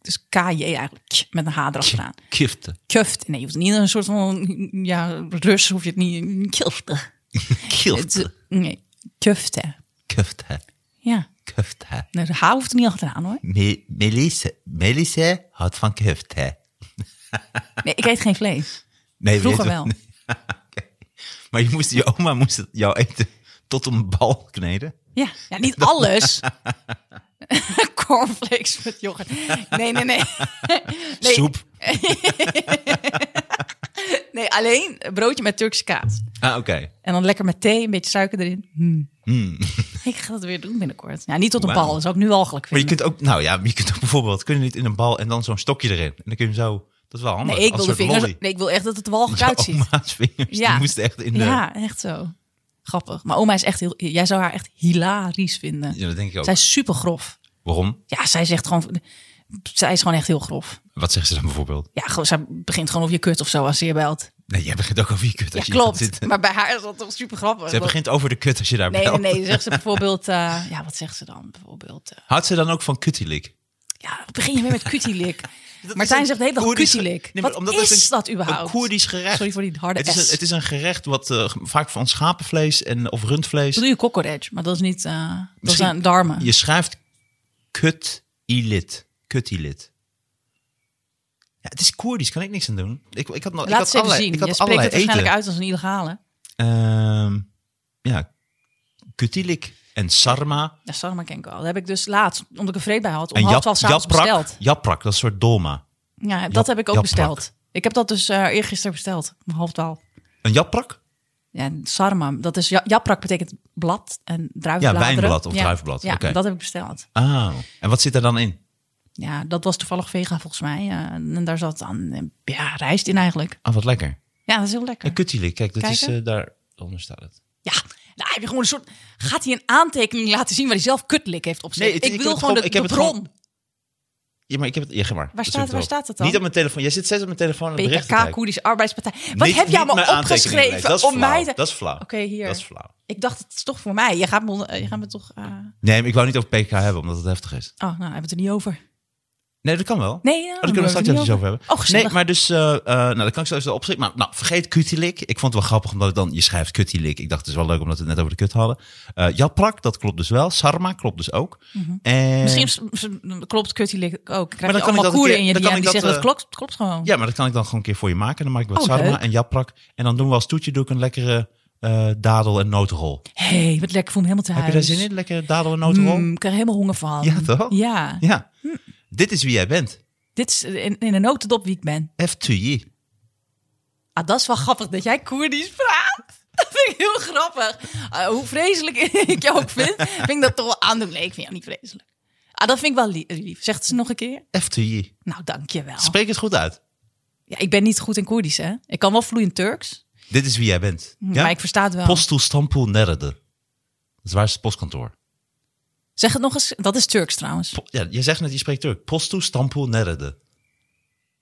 Speaker 4: Dus KJ eigenlijk. K, met een H erachteraan.
Speaker 3: Kifte.
Speaker 4: Kufte. Nee, je hoeft niet een soort van... Ja, Rus hoef je het niet... Kufte.
Speaker 3: Kifte.
Speaker 4: Het- Nee, kufte.
Speaker 3: Kufte.
Speaker 4: Ja.
Speaker 3: Kufte.
Speaker 4: Nee, De H hoeft er niet achteraan hoor.
Speaker 3: Me- Melisse, Melisse houdt van kufte.
Speaker 4: Nee, ik eet geen vlees.
Speaker 3: Nee,
Speaker 4: Vroeger
Speaker 3: weet je-
Speaker 4: wel.
Speaker 3: Oké. [laughs] Maar je, moest, je oma moest het, jou eten tot een bal kneden.
Speaker 4: Ja, ja niet alles. [laughs] Cornflakes met yoghurt. Nee, nee, nee. nee.
Speaker 3: Soep.
Speaker 4: Nee, alleen een broodje met Turkse kaas.
Speaker 3: Ah, oké.
Speaker 4: En dan lekker met thee, een beetje suiker erin. Hmm. [laughs] Ik ga dat weer doen binnenkort. Ja, niet tot een
Speaker 3: Wauw.
Speaker 4: bal. Dat zou ik nu walgelijk
Speaker 3: Maar je
Speaker 4: vinden.
Speaker 3: kunt ook, nou ja, je kunt ook bijvoorbeeld, kun je niet in een bal en dan zo'n stokje erin. En dan kun je hem zo, dat is wel handig.
Speaker 4: Nee, ik
Speaker 3: als
Speaker 4: wil, de
Speaker 3: een soort
Speaker 4: vingers,
Speaker 3: lolly.
Speaker 4: nee, ik wil echt dat het er walgelijk
Speaker 3: Je
Speaker 4: uitziet.
Speaker 3: oma's vingers,
Speaker 4: Ja.
Speaker 3: die moesten echt in de... Ja.
Speaker 4: Ja, echt zo. Grappig. Maar oma is echt heel... Jij zou haar echt hilarisch vinden.
Speaker 3: dat denk ik ook.
Speaker 4: Zij is super grof.
Speaker 3: Waarom?
Speaker 4: Ja, zij zegt gewoon... Zij is gewoon echt heel grof.
Speaker 3: Wat zeggen ze dan bijvoorbeeld?
Speaker 4: Ja, gewoon, zij begint gewoon of je kut of zo als ze je belt.
Speaker 3: Nee, jij begint ook over je kut
Speaker 4: Ja,
Speaker 3: als je iemand
Speaker 4: klopt.
Speaker 3: zit.
Speaker 4: Maar bij haar is dat toch super grappig.
Speaker 3: Zij begint over de kut als je daar
Speaker 4: Nee, nee,
Speaker 3: belt. [laughs]
Speaker 4: nee. Zegt ze bijvoorbeeld... eh, ja, wat zegt ze dan bijvoorbeeld? eh,
Speaker 3: Houdt ze dan ook van kuttilik?
Speaker 4: ja, dan begin je weer met
Speaker 3: [laughs]
Speaker 4: kutilik. Martijn zegt de hele dag kutilik. Wat is dat überhaupt?
Speaker 3: Een Koerdisch gerecht.
Speaker 4: Sorry voor die harde
Speaker 3: het is
Speaker 4: S.
Speaker 3: een, het is een gerecht wat eh, vaak van schapenvlees en, of rundvlees.
Speaker 4: Ik bedoel je kokkoretje, maar dat is niet... eh, dat
Speaker 3: Misschien-
Speaker 4: zijn darmen.
Speaker 3: Je schrijft kut-ilit. Kut-ilit. Ja, het is Koerdisch, kan ik niks aan doen. Ik, ik had, nog, ik had
Speaker 4: Laat het eens even
Speaker 3: allerlei,
Speaker 4: zien.
Speaker 3: Ik
Speaker 4: Je
Speaker 3: had
Speaker 4: spreekt
Speaker 3: allerlei
Speaker 4: het waarschijnlijk
Speaker 3: eten.
Speaker 4: uit als een illegale.
Speaker 3: Ehm, ja, kutilik en sarma.
Speaker 4: Ja, sarma ken ik al. Dat heb ik dus laatst, omdat ik er vreed bij had, om
Speaker 3: En
Speaker 4: half
Speaker 3: jap,
Speaker 4: twaalf s'avonds
Speaker 3: japrak,
Speaker 4: besteld.
Speaker 3: japrak, dat is een soort dolma.
Speaker 4: Ja, dat
Speaker 3: Jap-
Speaker 4: heb ik ook
Speaker 3: japrak.
Speaker 4: besteld. Ik heb dat dus eh eergisteren besteld, om half twaalf.
Speaker 3: Een japrak?
Speaker 4: Ja, sarma, dat is, ja, japrak betekent blad en druivenbladeren.
Speaker 3: wijnblad of druivenblad,
Speaker 4: Ja,
Speaker 3: oké.
Speaker 4: dat heb ik besteld.
Speaker 3: Ah, en wat zit er dan in?
Speaker 4: Ja, dat was toevallig vega volgens mij. ja. en daar zat dan eh, ja, rijst in eigenlijk.
Speaker 3: Ah, wat lekker.
Speaker 4: Ja, dat is heel lekker.
Speaker 3: Een kutilik, kijk, dat is
Speaker 4: Kijken.
Speaker 3: eh, daaronder staat het.
Speaker 4: Ja, nou, heb je gewoon een soort... Gaat hij een aantekening laten zien waar hij zelf kutlik heeft op
Speaker 3: Nee,
Speaker 4: Nee,
Speaker 3: het-
Speaker 4: ik
Speaker 3: ik
Speaker 4: wil
Speaker 3: heb het
Speaker 4: gewoon de,
Speaker 3: gewoon- ik
Speaker 4: de
Speaker 3: heb het
Speaker 4: bron.
Speaker 3: gewoon- Ja, maar ik heb het... Ja, ga maar. Dat
Speaker 4: staat-
Speaker 3: zoek ik
Speaker 4: waar
Speaker 3: erop.
Speaker 4: staat het dan?
Speaker 3: Niet op mijn telefoon. Jij zit steeds op mijn telefoon en berichten te
Speaker 4: PKK,
Speaker 3: kijken.
Speaker 4: Koerdische Arbeidspartij. Wat
Speaker 3: Niet-
Speaker 4: heb jij
Speaker 3: niet mijn
Speaker 4: allemaal
Speaker 3: aantekeningen
Speaker 4: opgeschreven
Speaker 3: lezen. Dat is
Speaker 4: om
Speaker 3: flauw.
Speaker 4: mij te...
Speaker 3: Dat is flauw. Oké,
Speaker 4: Oké, hier.
Speaker 3: Dat is flauw.
Speaker 4: Ik dacht, het is toch voor mij. Je gaat me, onder- eh, je gaat me toch... eh,
Speaker 3: Nee, maar ik wou niet over PK hebben, omdat het heftig is.
Speaker 4: Oh, nou, hebben we het er niet over.
Speaker 3: Nee, dat kan wel.
Speaker 4: Nee, ja,
Speaker 3: Oh,
Speaker 4: dan
Speaker 3: daar kunnen we
Speaker 4: hebben
Speaker 3: straks
Speaker 4: we het
Speaker 3: even
Speaker 4: niet
Speaker 3: iets over hebben.
Speaker 4: Oh, gezellig.
Speaker 3: nee, maar dus, eh eh, nou, dat kan ik zo even opschrijven. Maar nou, vergeet Kutilik. Ik vond het wel grappig, omdat het dan, je schrijft Kutilik. Ik dacht, het is wel leuk, omdat we het net over de kut hadden. Eh Japrak, dat klopt dus wel. Sarma klopt dus ook. En-
Speaker 4: Mhm. Misschien s- s- klopt Kuttilik ook. Krijg
Speaker 3: kan
Speaker 4: je
Speaker 3: ik
Speaker 4: allemaal
Speaker 3: dat een
Speaker 4: koeren
Speaker 3: keer-
Speaker 4: in je
Speaker 3: dan
Speaker 4: DM
Speaker 3: kan
Speaker 4: die
Speaker 3: ik dat,
Speaker 4: zeggen, dat
Speaker 3: eh,
Speaker 4: klopt, klopt gewoon.
Speaker 3: Ja, maar dat kan ik dan gewoon een keer voor je maken. En dan maak ik wat
Speaker 4: Oh,
Speaker 3: sarma
Speaker 4: leuk.
Speaker 3: en japrak. En dan doen we als toetje doe ik een lekkere eh, dadel- en notenrol.
Speaker 4: Hé, hey, wat lekker. Ik voel me helemaal te
Speaker 3: Heb je daar
Speaker 4: huis.
Speaker 3: zin in? Lekkere dadel- en notenrol?
Speaker 4: dus- Mm, Hm. ik krijg er helemaal honger van.
Speaker 3: Ja, toch?
Speaker 4: Ja.
Speaker 3: Ja. Dit is wie jij bent.
Speaker 4: Dit is in, in een notendop wie ik ben.
Speaker 3: FTJ.
Speaker 4: Ah, dat is wel grappig dat jij Koerdisch praat. [laughs] Dat vind ik heel grappig. Ah, hoe vreselijk [laughs] ik jou ook vind, vind ik dat toch wel aandoen. Nee, ik vind jou niet vreselijk. Ah, dat vind ik wel lie- lief. Zegt ze nog een keer?
Speaker 3: FTJ.
Speaker 4: Nou, dankjewel.
Speaker 3: Spreek het goed uit.
Speaker 4: Ja, ik ben niet goed in Koerdisch, hè? Ik kan wel vloeiend Turks,
Speaker 3: Dit is wie jij bent. Ja?
Speaker 4: Hm, maar ik versta het wel.
Speaker 3: Postel Stampoel Nerede. Dat is waar is het postkantoor.
Speaker 4: Zeg het nog eens. Dat is Turks trouwens.
Speaker 3: Po- ja, je zegt net, je spreekt Turk. Postu Stampoel Nerede.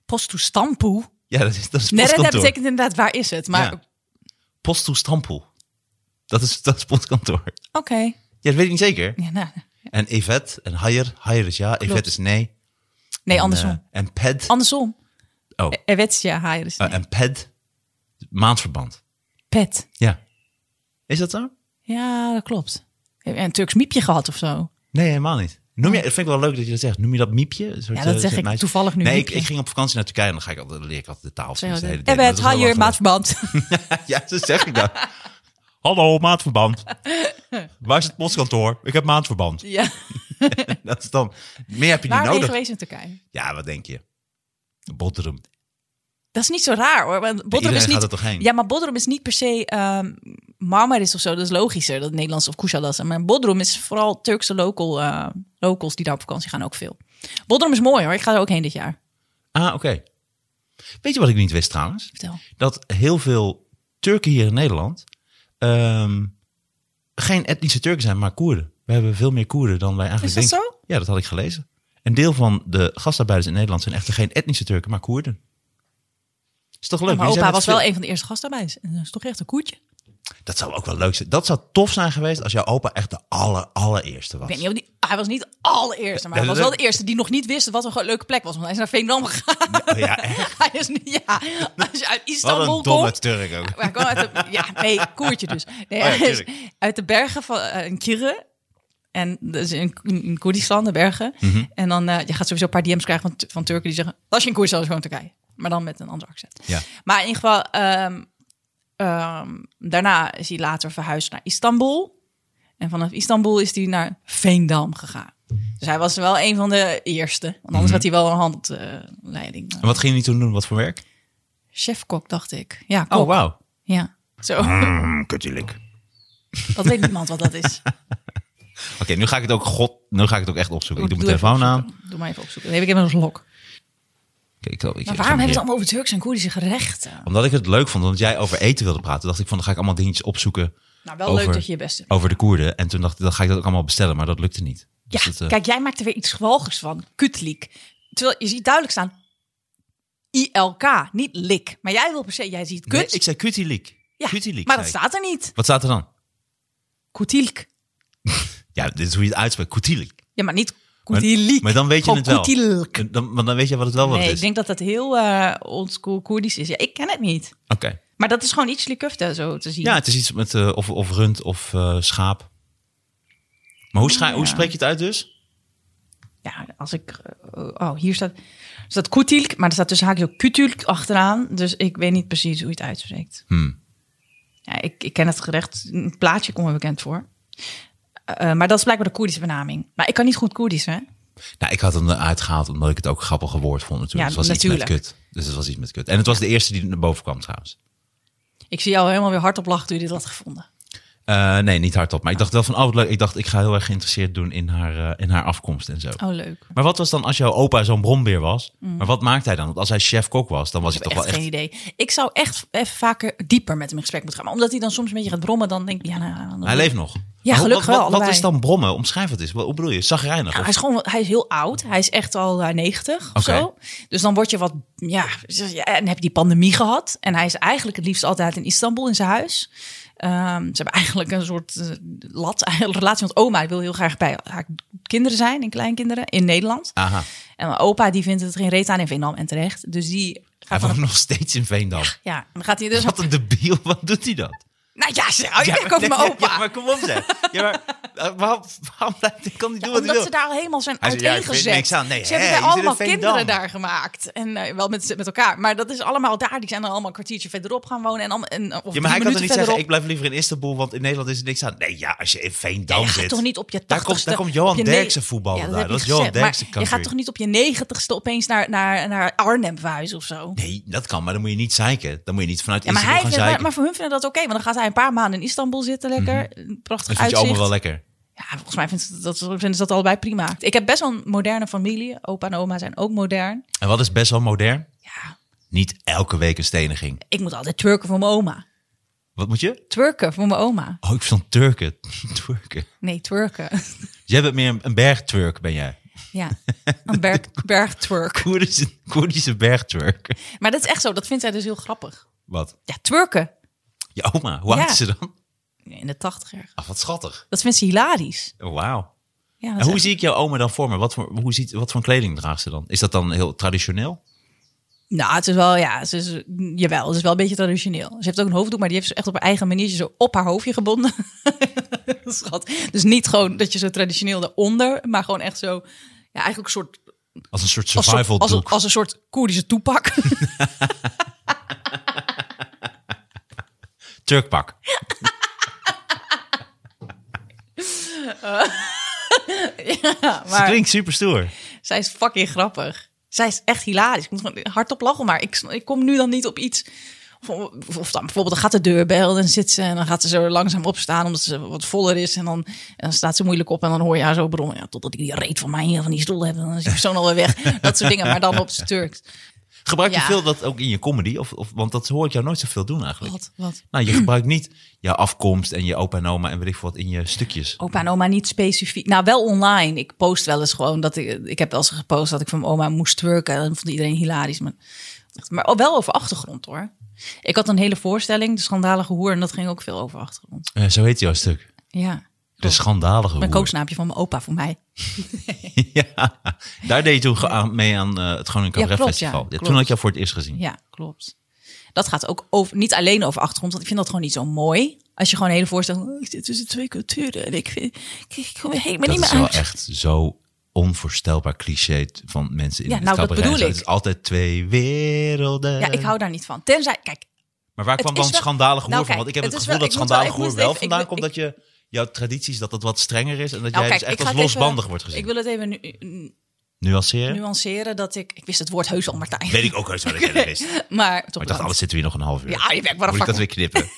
Speaker 4: Postu stampu.
Speaker 3: Ja, dat is, dat is het
Speaker 4: Nee, dat
Speaker 3: postkantoor.
Speaker 4: betekent inderdaad waar is het. Maar
Speaker 3: Ja. Postu Stampoel. Dat is, dat is het postkantoor.
Speaker 4: oké.
Speaker 3: Ja, dat weet ik niet zeker.
Speaker 4: Ja, nou,
Speaker 3: En Evet en Hayer. Hayer is ja, Evet is nee.
Speaker 4: nee,
Speaker 3: En,
Speaker 4: andersom.
Speaker 3: eh, en ped.
Speaker 4: andersom.
Speaker 3: Oh.
Speaker 4: E- Evetsia Hayres.
Speaker 3: eh, en ped. Maandverband.
Speaker 4: Pet.
Speaker 3: Ja. Is dat zo?
Speaker 4: Ja, dat klopt. Heb je een Turks miepje gehad of zo?
Speaker 3: Nee, helemaal niet. Noem je, dat vind ik wel leuk dat je dat zegt. Noem je dat miepje? Een soort,
Speaker 4: Oh. Ja, dat
Speaker 3: eh,
Speaker 4: zeg
Speaker 3: soort
Speaker 4: ik toevallig nu,
Speaker 3: Nee, ik,
Speaker 4: miepje.
Speaker 3: ik ging op vakantie naar Turkije en dan, ga ik altijd, dan leer ik altijd de taal. van de hele ding. Dat
Speaker 4: Evet,
Speaker 3: is wel
Speaker 4: Hayer,
Speaker 3: wat-
Speaker 4: maatverband.
Speaker 3: [laughs] Ja, zo zeg ik dat. Hallo, maandverband. Waar is het postkantoor? Ik heb maandverband.
Speaker 4: [laughs] ja.
Speaker 3: [laughs] Dat is dan... Meer heb je niet
Speaker 4: Waar ben je
Speaker 3: nodig.
Speaker 4: geweest in Turkije?
Speaker 3: Ja, wat denk je? Bodrum.
Speaker 4: Dat is niet zo raar hoor. Want Bodrum
Speaker 3: iedereen
Speaker 4: is
Speaker 3: gaat
Speaker 4: niet,
Speaker 3: er toch heen?
Speaker 4: Ja, maar Bodrum is niet per se ehm Marmaris of zo. Dat is logischer. Dat Nederlands of Kushadas. Maar Bodrum is vooral Turkse local, eh, locals die daar op vakantie gaan ook veel. Bodrum is mooi hoor. Ik ga er ook heen dit jaar.
Speaker 3: Ah, oké. Weet je wat ik niet wist trouwens?
Speaker 4: Vertel.
Speaker 3: Dat heel veel Turken hier in Nederland ehm, geen etnische Turken zijn, maar Koerden. We hebben veel meer Koerden dan wij eigenlijk
Speaker 4: Is dat
Speaker 3: denken. Ja, dat had ik gelezen. Een deel van de gastarbeiders in Nederland zijn echter geen etnische Turken, maar Koerden. Is toch leuk?
Speaker 4: maar
Speaker 3: Jullie
Speaker 4: opa
Speaker 3: zijn
Speaker 4: was
Speaker 3: met
Speaker 4: wel
Speaker 3: veel-
Speaker 4: een van de eerste gastarbeiders. En dat is toch echt een koetje.
Speaker 3: Dat zou ook wel leuk zijn. Dat zou tof zijn geweest als jouw opa echt de aller, allereerste was.
Speaker 4: Ik weet niet of die, hij was niet de allereerste, maar hij
Speaker 3: Ja,
Speaker 4: was
Speaker 3: dat-
Speaker 4: wel de eerste die nog niet wist wat een go- leuke plek was. Want hij is naar Veendam [laughs] gegaan.
Speaker 3: Oh Ja,
Speaker 4: [laughs]
Speaker 3: echt.
Speaker 4: Hij is niet, ja, als je uit
Speaker 3: Wat
Speaker 4: Istanbul
Speaker 3: een domme
Speaker 4: komt.
Speaker 3: Turk ook.
Speaker 4: Maar hij kwam uit de, ja, nee, koertje dus. Nee,
Speaker 3: Oh ja,
Speaker 4: hij is
Speaker 3: tuurlijk.
Speaker 4: [laughs] uit de bergen van eh, een Kirre. En dus in, in Koerdistan, de bergen.
Speaker 3: Mhm.
Speaker 4: En dan, eh, je gaat sowieso een paar DM's krijgen van, Tu- van Turken die zeggen... Als je in Koerdistan is, gewoon Turkije. Maar dan met een ander accent.
Speaker 3: Ja.
Speaker 4: Maar in ieder geval, ehm, ehm, daarna is hij later verhuisd naar Istanbul. En vanaf Istanbul is hij naar Veendam gegaan. Dus hij was wel een van de eerste. Want
Speaker 3: Mhm.
Speaker 4: anders had hij wel een handleiding.
Speaker 3: En wat ging hij toen doen? Wat voor werk?
Speaker 4: Chefkok, dacht ik. Ja, kok.
Speaker 3: Oh, wauw.
Speaker 4: Ja, zo.
Speaker 3: Mm, Kutjelik.
Speaker 4: Dat weet niemand wat dat
Speaker 3: [laughs]
Speaker 4: is.
Speaker 3: Oké, nu ga ik het ook god, nu ga ik het ook echt opzoeken. Ik doe
Speaker 4: Oh, Doe
Speaker 3: mijn
Speaker 4: even
Speaker 3: telefoon aan.
Speaker 4: opzoeken. Doe maar even opzoeken. Dan heb ik even een lok.
Speaker 3: Oké, ik, oh, ik, ik ga
Speaker 4: Maar waarom hebben ze
Speaker 3: hier-
Speaker 4: het allemaal over Turks en Koerdische gerechten?
Speaker 3: Omdat ik het leuk vond, omdat jij over eten wilde praten, dacht ik van dan ga ik allemaal dingetjes opzoeken
Speaker 4: Nou, wel
Speaker 3: Over-
Speaker 4: leuk dat je je best doet.
Speaker 3: over de Koerden. En toen dacht ik, dan ga ik dat ook allemaal bestellen, maar dat lukte niet.
Speaker 4: Ja,
Speaker 3: Dus dat, eh,
Speaker 4: kijk, jij maakt er weer iets gewaltigs van. Kutliek. Terwijl je ziet duidelijk staan ILK, niet lik. Maar jij wil per se, jij ziet kut.
Speaker 3: nee, ik zei kutilik.
Speaker 4: ja,
Speaker 3: kutilik
Speaker 4: maar
Speaker 3: zei
Speaker 4: dat
Speaker 3: ik.
Speaker 4: staat er niet.
Speaker 3: Wat staat er dan?
Speaker 4: Kutilik.
Speaker 3: Ja, dit is hoe je het uitspreekt. Kutilik.
Speaker 4: Ja, maar niet Koetielik.
Speaker 3: maar dan weet je
Speaker 4: Gewoon
Speaker 3: het wel.
Speaker 4: koetielik.
Speaker 3: Dan, want dan weet je wat het wel wat
Speaker 4: Nee,
Speaker 3: is.
Speaker 4: ik denk dat dat heel eh oldschool Koerdisch is. Ja, ik ken het niet.
Speaker 3: Oké.
Speaker 4: Maar dat is gewoon iets likufte zo te zien.
Speaker 3: Ja, het is iets met eh, of, of rund of eh, schaap. Maar hoe, scha- hoe spreek je het uit dus?
Speaker 4: Ja, als ik... eh, Oh, hier staat... Er staat koetielik, maar er staat tussen haakjes ook kutulk achteraan. Dus ik weet niet precies hoe je het uitspreekt.
Speaker 3: Hmm.
Speaker 4: Ja, ik, ik ken het gerecht. Een plaatje komt me bekend voor. Eh, maar dat is blijkbaar de Koerdische benaming. Maar ik kan niet goed Koerdisch, hè?
Speaker 3: Nou, ik had hem eruit gehaald omdat ik het ook een grappige woord vond natuurlijk.
Speaker 4: Ja,
Speaker 3: het was iets met
Speaker 4: natuurlijk.
Speaker 3: kut. Dus het was iets met kut. En het was de eerste die naar boven kwam trouwens.
Speaker 4: Ik zie jou helemaal weer hardop lachen toen je dit had gevonden.
Speaker 3: Eh, nee, niet hardop. Maar ik dacht wel van, oh wat leuk. Ik dacht, ik ga heel erg geïnteresseerd doen in haar, eh, in haar afkomst en zo.
Speaker 4: Oh, leuk.
Speaker 3: Maar wat was dan als jouw opa zo'n brombeer was? Maar wat maakt hij dan? Want als hij chef-kok was, dan was hij
Speaker 4: Ik heb
Speaker 3: toch
Speaker 4: echt
Speaker 3: wel Mm. echt...
Speaker 4: geen idee. Ik zou echt even vaker dieper met hem in gesprek moeten gaan. Maar omdat hij dan soms een beetje gaat brommen, dan denk ik... Ja, nou, dan-
Speaker 3: Hij leeft nog. Maar hoe-
Speaker 4: gelukkig
Speaker 3: wat,
Speaker 4: wel,
Speaker 3: wat, wat
Speaker 4: allebei.
Speaker 3: is dan brommen? Omschrijf het eens. Wat, hoe bedoel je? Zagrijnig?
Speaker 4: Ja,
Speaker 3: of-
Speaker 4: Nou, hij is gewoon, hij is heel oud. Hij is echt al eh, 90 of
Speaker 3: Oké.
Speaker 4: zo. Dus dan word je wat, ja, dus, ja, en heb je die pandemie gehad. En hij is eigenlijk het liefst altijd in Istanbul in zijn huis. Ehm, ze hebben eigenlijk een soort eh, lat, [laughs] een relatie met oma. Hij wil heel graag bij haar kinderen zijn en kleinkinderen in Nederland.
Speaker 3: Aha.
Speaker 4: En mijn opa die vindt het geen reet aan in Vietnam en terecht. Dus die
Speaker 3: Hij
Speaker 4: gaat dan,
Speaker 3: woont nog steeds in Veendam.
Speaker 4: ja, en dan gaat hij dus.
Speaker 3: Wat een debiel, wat doet hij dat?
Speaker 4: Nou ja, zeg, hou je
Speaker 3: Ja,
Speaker 4: bek over
Speaker 3: nee,
Speaker 4: mijn opa.
Speaker 3: [laughs] Ja, maar kom op zeg. Ja, maar, eh, waarom, waarom blijft- kan hij doen
Speaker 4: Ja,
Speaker 3: wat hij
Speaker 4: omdat
Speaker 3: wil?
Speaker 4: ze daar al helemaal zijn
Speaker 3: Hij zei, ja, ik vind
Speaker 4: uiteengezet.
Speaker 3: niks aan. Nee,
Speaker 4: ze hebben
Speaker 3: hè,
Speaker 4: daar
Speaker 3: je zit in
Speaker 4: allemaal
Speaker 3: Veendam.
Speaker 4: kinderen daar gemaakt. En eh, wel met, met elkaar. Maar dat is allemaal daar. Die zijn dan allemaal een kwartiertje verderop gaan wonen. En, allemaal- en, eh, of
Speaker 3: Ja, maar hij kan
Speaker 4: drie minuten
Speaker 3: toch niet
Speaker 4: verderop.
Speaker 3: zeggen, ik blijf liever in Istanbul, want in Nederland is er niks aan. Nee, ja, als je in Veendam
Speaker 4: je gaat
Speaker 3: zit.
Speaker 4: toch niet op je
Speaker 3: Daar komt-
Speaker 4: tachtigste...
Speaker 3: daar komt Johan
Speaker 4: op je ne-
Speaker 3: Derksen voetballen daar.
Speaker 4: heb
Speaker 3: Dat
Speaker 4: ik
Speaker 3: is Johan
Speaker 4: gezegd. Maar
Speaker 3: Derksen
Speaker 4: Je
Speaker 3: country.
Speaker 4: gaat toch niet op je negentigste opeens naar, naar, naar Arnhem verhuizen of zo?
Speaker 3: Nee, dat kan, maar dan moet je niet zeiken. Dan moet je niet vanuit
Speaker 4: Ja, maar,
Speaker 3: Istanbul
Speaker 4: hij
Speaker 3: gaan
Speaker 4: vindt- maar,
Speaker 3: zeiken.
Speaker 4: maar voor hun vinden dat oké. want dan gaat hij een paar maanden in Istanbul zitten lekker. Een
Speaker 3: Mhm. dat
Speaker 4: Prachtig
Speaker 3: vind je allemaal
Speaker 4: uitzicht.
Speaker 3: wel lekker.
Speaker 4: Ja, volgens mij vinden ze dat, vinden ze dat allebei prima. Ik heb best wel een moderne familie. Opa en oma zijn ook modern.
Speaker 3: En wat is best wel modern?
Speaker 4: Ja,
Speaker 3: Niet elke week een steniging.
Speaker 4: ik moet altijd twerken voor mijn oma.
Speaker 3: Wat moet je?
Speaker 4: Twerken voor mijn oma.
Speaker 3: Oh, ik verstand Turken. [laughs] Turken.
Speaker 4: Nee, twerken.
Speaker 3: Jij bent meer een- een bergturk, ben jij.
Speaker 4: [laughs] ja, een berg, bergtwerk.
Speaker 3: Koerdische, Koerdische bergturk.
Speaker 4: Maar dat is echt zo, dat vindt zij dus heel grappig.
Speaker 3: Wat?
Speaker 4: Ja, twerken.
Speaker 3: Je oma, hoe oud
Speaker 4: Ja.
Speaker 3: is ze dan?
Speaker 4: In de tachtig erg.
Speaker 3: Ah, wat schattig.
Speaker 4: Dat vindt ze hilarisch.
Speaker 3: Wauw.
Speaker 4: Ja, dat
Speaker 3: En
Speaker 4: is
Speaker 3: hoe
Speaker 4: echt-
Speaker 3: zie ik jouw oma dan voor me? Wat voor, hoe ziet, wat voor kleding draagt ze dan? Is dat dan heel traditioneel?
Speaker 4: Nou, het is wel, ja, ze is, jawel, het is wel een beetje traditioneel. Ze heeft ook een hoofddoek, maar die heeft ze echt op haar eigen manier zo op haar hoofdje gebonden. [laughs] Schat. Dus niet gewoon dat je zo traditioneel eronder, maar gewoon echt zo, ja, eigenlijk een soort
Speaker 3: Als een soort
Speaker 4: Als,
Speaker 3: survival
Speaker 4: een- als, een-
Speaker 3: doek.
Speaker 4: als een soort Koerdische toepak. [laughs]
Speaker 3: Turkpak. Ze
Speaker 4: maar
Speaker 3: klinkt super stoer.
Speaker 4: zij is fucking grappig. Zij is echt hilarisch. Ik moet gewoon hardop lachen, maar ik, ik kom nu dan niet op iets. Of, of dan bijvoorbeeld, dan gaat de deurbel en dan zit ze en dan gaat ze zo langzaam opstaan omdat ze wat voller is. En dan, en dan staat ze moeilijk op en dan hoor je haar zo brommen. Ja, totdat ik die reet van mij hier van die stoel heb, dan is die persoon alweer [laughs] weg. Dat soort dingen, maar dan op z'n Turks.
Speaker 3: Gebruik je
Speaker 4: Ja.
Speaker 3: veel dat ook in je comedy? Of, of, want dat hoor ik jou nooit zoveel doen eigenlijk.
Speaker 4: Wat, wat?
Speaker 3: Nou, je gebruikt niet jouw afkomst en je opa en oma en weet ik veel wat in je stukjes.
Speaker 4: Opa en oma niet specifiek. Nou, wel online. Ik post wel eens gewoon dat ik. Ik heb wel eens gepost dat ik van mijn oma moest twerken. En dan vond iedereen hilarisch. Maar, maar ook wel over achtergrond hoor. Ik had een hele voorstelling, De Schandalige Hoer. En dat ging ook veel over achtergrond.
Speaker 3: Eh, zo heet jouw stuk.
Speaker 4: Ja.
Speaker 3: De schandalige
Speaker 4: Mijn
Speaker 3: hoer.
Speaker 4: koosnaapje van mijn opa voor mij.
Speaker 3: [laughs] ja, daar deed je toen ge- aan- mee aan eh, het Groningen
Speaker 4: Ja,
Speaker 3: Cabaret
Speaker 4: klopt,
Speaker 3: Festival.
Speaker 4: ja,
Speaker 3: Ja,
Speaker 4: klopt.
Speaker 3: toen had ik jou voor het eerst gezien.
Speaker 4: Ja, klopt. Dat gaat ook over, niet alleen over achtergrond, want ik vind dat gewoon niet zo mooi. Als je gewoon een hele voorstelling. Oh, ik zit tussen twee culturen en ik vind. Ik, ik kom er helemaal
Speaker 3: dat
Speaker 4: niet
Speaker 3: is
Speaker 4: meer
Speaker 3: wel
Speaker 4: uit.
Speaker 3: echt zo onvoorstelbaar cliché t- van mensen in
Speaker 4: Ja,
Speaker 3: het
Speaker 4: nou, dat
Speaker 3: cabaret.
Speaker 4: bedoel
Speaker 3: Het
Speaker 4: ik.
Speaker 3: is altijd twee werelden.
Speaker 4: Ja, ik hou daar niet van. Tenzij, kijk,
Speaker 3: Maar waar
Speaker 4: Het
Speaker 3: kwam
Speaker 4: is
Speaker 3: dan
Speaker 4: wel-
Speaker 3: schandalig hoer
Speaker 4: Nou,
Speaker 3: van?
Speaker 4: kijk,
Speaker 3: Want ik heb het,
Speaker 4: het is
Speaker 3: gevoel
Speaker 4: wel-
Speaker 3: dat
Speaker 4: ik moet wel-
Speaker 3: schandalig
Speaker 4: ik moest
Speaker 3: hoer wel
Speaker 4: even-
Speaker 3: vandaan
Speaker 4: ik wil-
Speaker 3: komt
Speaker 4: ik-
Speaker 3: dat je jouw tradities dat dat wat strenger is en dat jij
Speaker 4: nou, kijk
Speaker 3: dus echt
Speaker 4: ik
Speaker 3: als
Speaker 4: ga het even-
Speaker 3: losbandig wordt gezien.
Speaker 4: Ik wil het even nu,
Speaker 3: Nuanceren?
Speaker 4: nuanceren dat ik... Ik wist het woord heus al, Martijn.
Speaker 3: Weet ik ook heus wel dat jij dat
Speaker 4: [laughs]
Speaker 3: wist. Maar
Speaker 4: Maar toch
Speaker 3: ik dacht,
Speaker 4: bedankt.
Speaker 3: anders zitten we hier nog een half uur.
Speaker 4: Ja, je werkt maar
Speaker 3: Moet ik dat weer
Speaker 4: fuck. [laughs]
Speaker 3: knippen?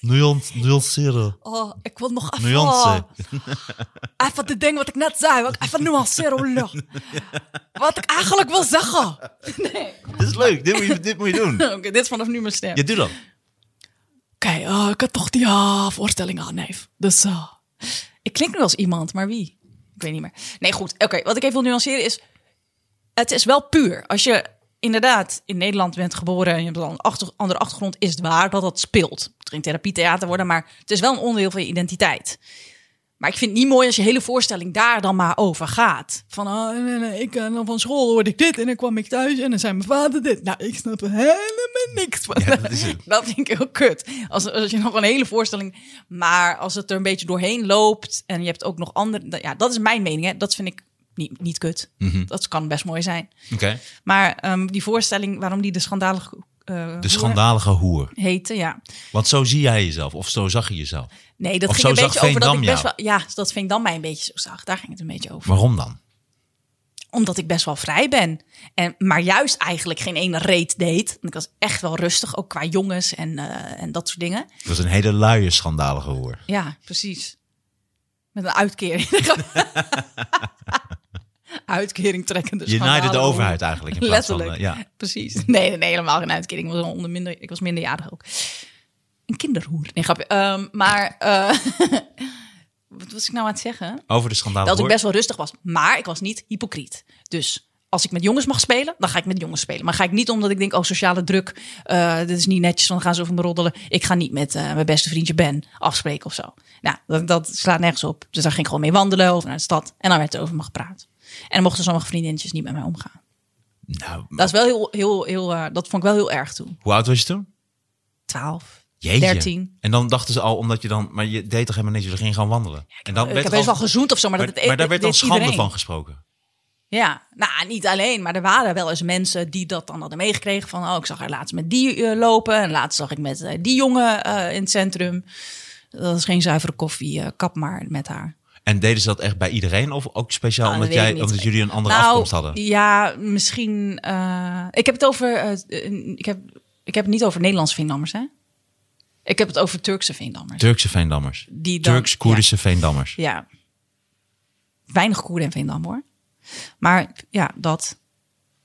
Speaker 3: Nuance- Nuanceren.
Speaker 4: Oh, ik wil nog af.
Speaker 3: Nuance.
Speaker 4: Oh, [laughs] even de ding wat ik net zei. wat ik Even nuanceren. oh,
Speaker 3: [laughs]
Speaker 4: lul. Wat ik eigenlijk wil zeggen. [laughs]
Speaker 3: Dit is leuk. Dit moet je, dit moet je doen.
Speaker 4: Oké, dit is vanaf nu mijn stem.
Speaker 3: Je doet
Speaker 4: [laughs]
Speaker 3: dan.
Speaker 4: Oké, eh, ik had toch die ah, voorstelling aan, neef. Dus eh, ik klink nu als iemand, maar wie? Ik weet niet meer. Nee, goed. Oké, wat ik even wil nuanceren is... Het is wel puur. Als je inderdaad in Nederland bent geboren... en je hebt dan een achter, andere achtergrond... is het waar dat dat speelt. Het ging therapietheater worden, maar... het is wel een onderdeel van je identiteit. Maar ik vind het niet mooi als je hele voorstelling daar dan maar over gaat. Van, oh, nee, nee, ik eh, dan van school hoorde ik dit en dan kwam ik thuis en dan zei mijn vader dit. Nou, ik snap er helemaal niks van.
Speaker 3: Ja, dat is het.
Speaker 4: [laughs] Dat vind ik heel kut. Als, als je nog een hele voorstelling... Maar als het er een beetje doorheen loopt en je hebt ook nog andere... Ja, dat is mijn mening, hè. Dat vind ik niet, niet kut.
Speaker 3: Mhm.
Speaker 4: Dat kan best mooi zijn.
Speaker 3: Oké.
Speaker 4: Maar ehm, die voorstelling, waarom die de schandalige... eh,
Speaker 3: De schandalige hoer.
Speaker 4: Heette, ja.
Speaker 3: Want zo zie jij jezelf, of zo zag je jezelf.
Speaker 4: Nee, dat
Speaker 3: Of
Speaker 4: ging
Speaker 3: zo
Speaker 4: een beetje
Speaker 3: zag
Speaker 4: over dat ik
Speaker 3: Veendam
Speaker 4: best wel... Ja, dat Veendam mij een beetje zo zag. Daar ging het een beetje over.
Speaker 3: Waarom dan?
Speaker 4: Omdat ik best wel vrij ben. En, maar juist eigenlijk geen ene reet deed. Want Ik was echt wel rustig, ook qua jongens en, eh, en dat soort dingen.
Speaker 3: Het was een hele luie schandalige hoer.
Speaker 4: Ja, precies. Met een uitkering. [laughs] uitkering trekken. Dus
Speaker 3: Je naaide de
Speaker 4: schandalen.
Speaker 3: overheid eigenlijk in plaats
Speaker 4: Letterlijk.
Speaker 3: van... eh, ja.
Speaker 4: Precies. Nee, nee, helemaal geen uitkering. Ik was, al onder minder, ik was minderjarig ook. Een kinderhoer. Nee, grapje. Ehm, maar eh, [laughs] wat was ik nou aan het zeggen?
Speaker 3: Over de schandalige
Speaker 4: dat ik
Speaker 3: hoer.
Speaker 4: best wel rustig was. Maar ik was niet hypocriet. Dus als ik met jongens mag spelen, dan ga ik met jongens spelen. Maar ga ik niet omdat ik denk, oh, sociale druk, eh, dit is niet netjes, want dan gaan ze over me roddelen. Ik ga niet met eh, mijn beste vriendje Ben afspreken of zo. Nou, dat, dat slaat nergens op. Dus daar ging ik gewoon mee wandelen of naar de stad. En dan werd er over me gepraat. En dan mochten sommige vriendinnetjes niet met mij omgaan.
Speaker 3: Nou,
Speaker 4: Dat, is wel heel, heel, heel, eh, dat vond ik wel heel erg toen.
Speaker 3: hoe oud was je toen?
Speaker 4: 12,
Speaker 3: Jeetje.
Speaker 4: 13.
Speaker 3: En dan dachten ze al, omdat je dan... Maar je deed toch helemaal niks, dus je ging gewoon wandelen. en dan
Speaker 4: ik
Speaker 3: werd
Speaker 4: heb
Speaker 3: er
Speaker 4: best
Speaker 3: al-
Speaker 4: wel gezoend of zo, maar,
Speaker 3: Maar,
Speaker 4: dat,
Speaker 3: maar daar werd dan
Speaker 4: dit-
Speaker 3: schande
Speaker 4: iedereen.
Speaker 3: van gesproken.
Speaker 4: Ja, nou niet alleen, maar er waren wel eens mensen die dat dan hadden meegekregen. Van, oh, ik zag haar laatst met die eh, lopen en laatst zag ik met eh, die jongen eh, in het centrum. Dat is geen zuivere koffie, eh, kap maar met haar.
Speaker 3: En deden ze dat echt bij iedereen? Of ook speciaal
Speaker 4: Nou,
Speaker 3: omdat,
Speaker 4: dat
Speaker 3: jij,
Speaker 4: weet ik niet.
Speaker 3: omdat jullie een andere
Speaker 4: Nou,
Speaker 3: afkomst hadden?
Speaker 4: Ja, misschien. eh, ik heb het over. eh, eh, ik, heb, ik heb het niet over Nederlandse Veendammers, hè? Ik heb het over Turkse Veendammers.
Speaker 3: Turkse Veendammers.
Speaker 4: Die dan-
Speaker 3: Turks-Koerdische Veendammers.
Speaker 4: Ja. Weinig Koerden in Veendam hoor. Maar ja, dat.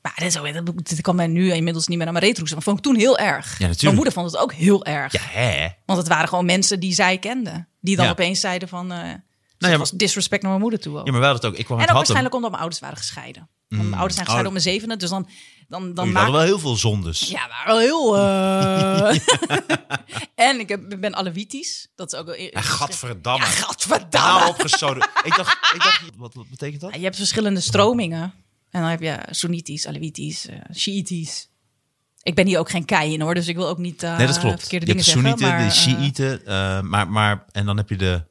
Speaker 4: Maar dat, is ook, dat, dat kan mij nu inmiddels niet meer aan mijn reet roesten. Maar vond ik toen heel erg.
Speaker 3: natuurlijk.
Speaker 4: Mijn moeder vond het ook heel erg.
Speaker 3: Ja, hè?
Speaker 4: Want het waren gewoon mensen die zij kenden. Die dan
Speaker 3: Ja. Nou
Speaker 4: opeens zeiden van... eh
Speaker 3: ja,
Speaker 4: dat
Speaker 3: maar-
Speaker 4: was disrespect naar mijn moeder toe ook.
Speaker 3: Ja, maar wel dat ook. Ik kwam
Speaker 4: en
Speaker 3: uit
Speaker 4: ook
Speaker 3: Hattem.
Speaker 4: waarschijnlijk omdat mijn ouders waren gescheiden. Want mijn ouders zijn
Speaker 3: Oh.
Speaker 4: gescheiden op mijn zevende. Dus dan, dan, dan
Speaker 3: Jullie
Speaker 4: maak
Speaker 3: hadden wel heel veel zondes.
Speaker 4: ja, maar wel heel... eh.
Speaker 3: [laughs]
Speaker 4: [laughs] en ik heb, ik ben Alawitisch. Dat is ook wel...
Speaker 3: Ja, gadverdamme.
Speaker 4: Ja, gadverdamme.
Speaker 3: Nou opgestoten. ik, dacht, ik dacht, wat, wat betekent dat?
Speaker 4: Ja, Je hebt verschillende stromingen. En dan heb je Soenitisch, Alawitisch, eh Shiïtisch. Ik ben hier ook geen kei in hoor, dus ik wil ook niet eh
Speaker 3: Nee, dat klopt. Je
Speaker 4: verkeerde
Speaker 3: hebt de
Speaker 4: dingen zeggen.
Speaker 3: Soenieten,
Speaker 4: maar,
Speaker 3: de
Speaker 4: eh,
Speaker 3: Shiiten, eh, maar, maar, en dan heb je de... want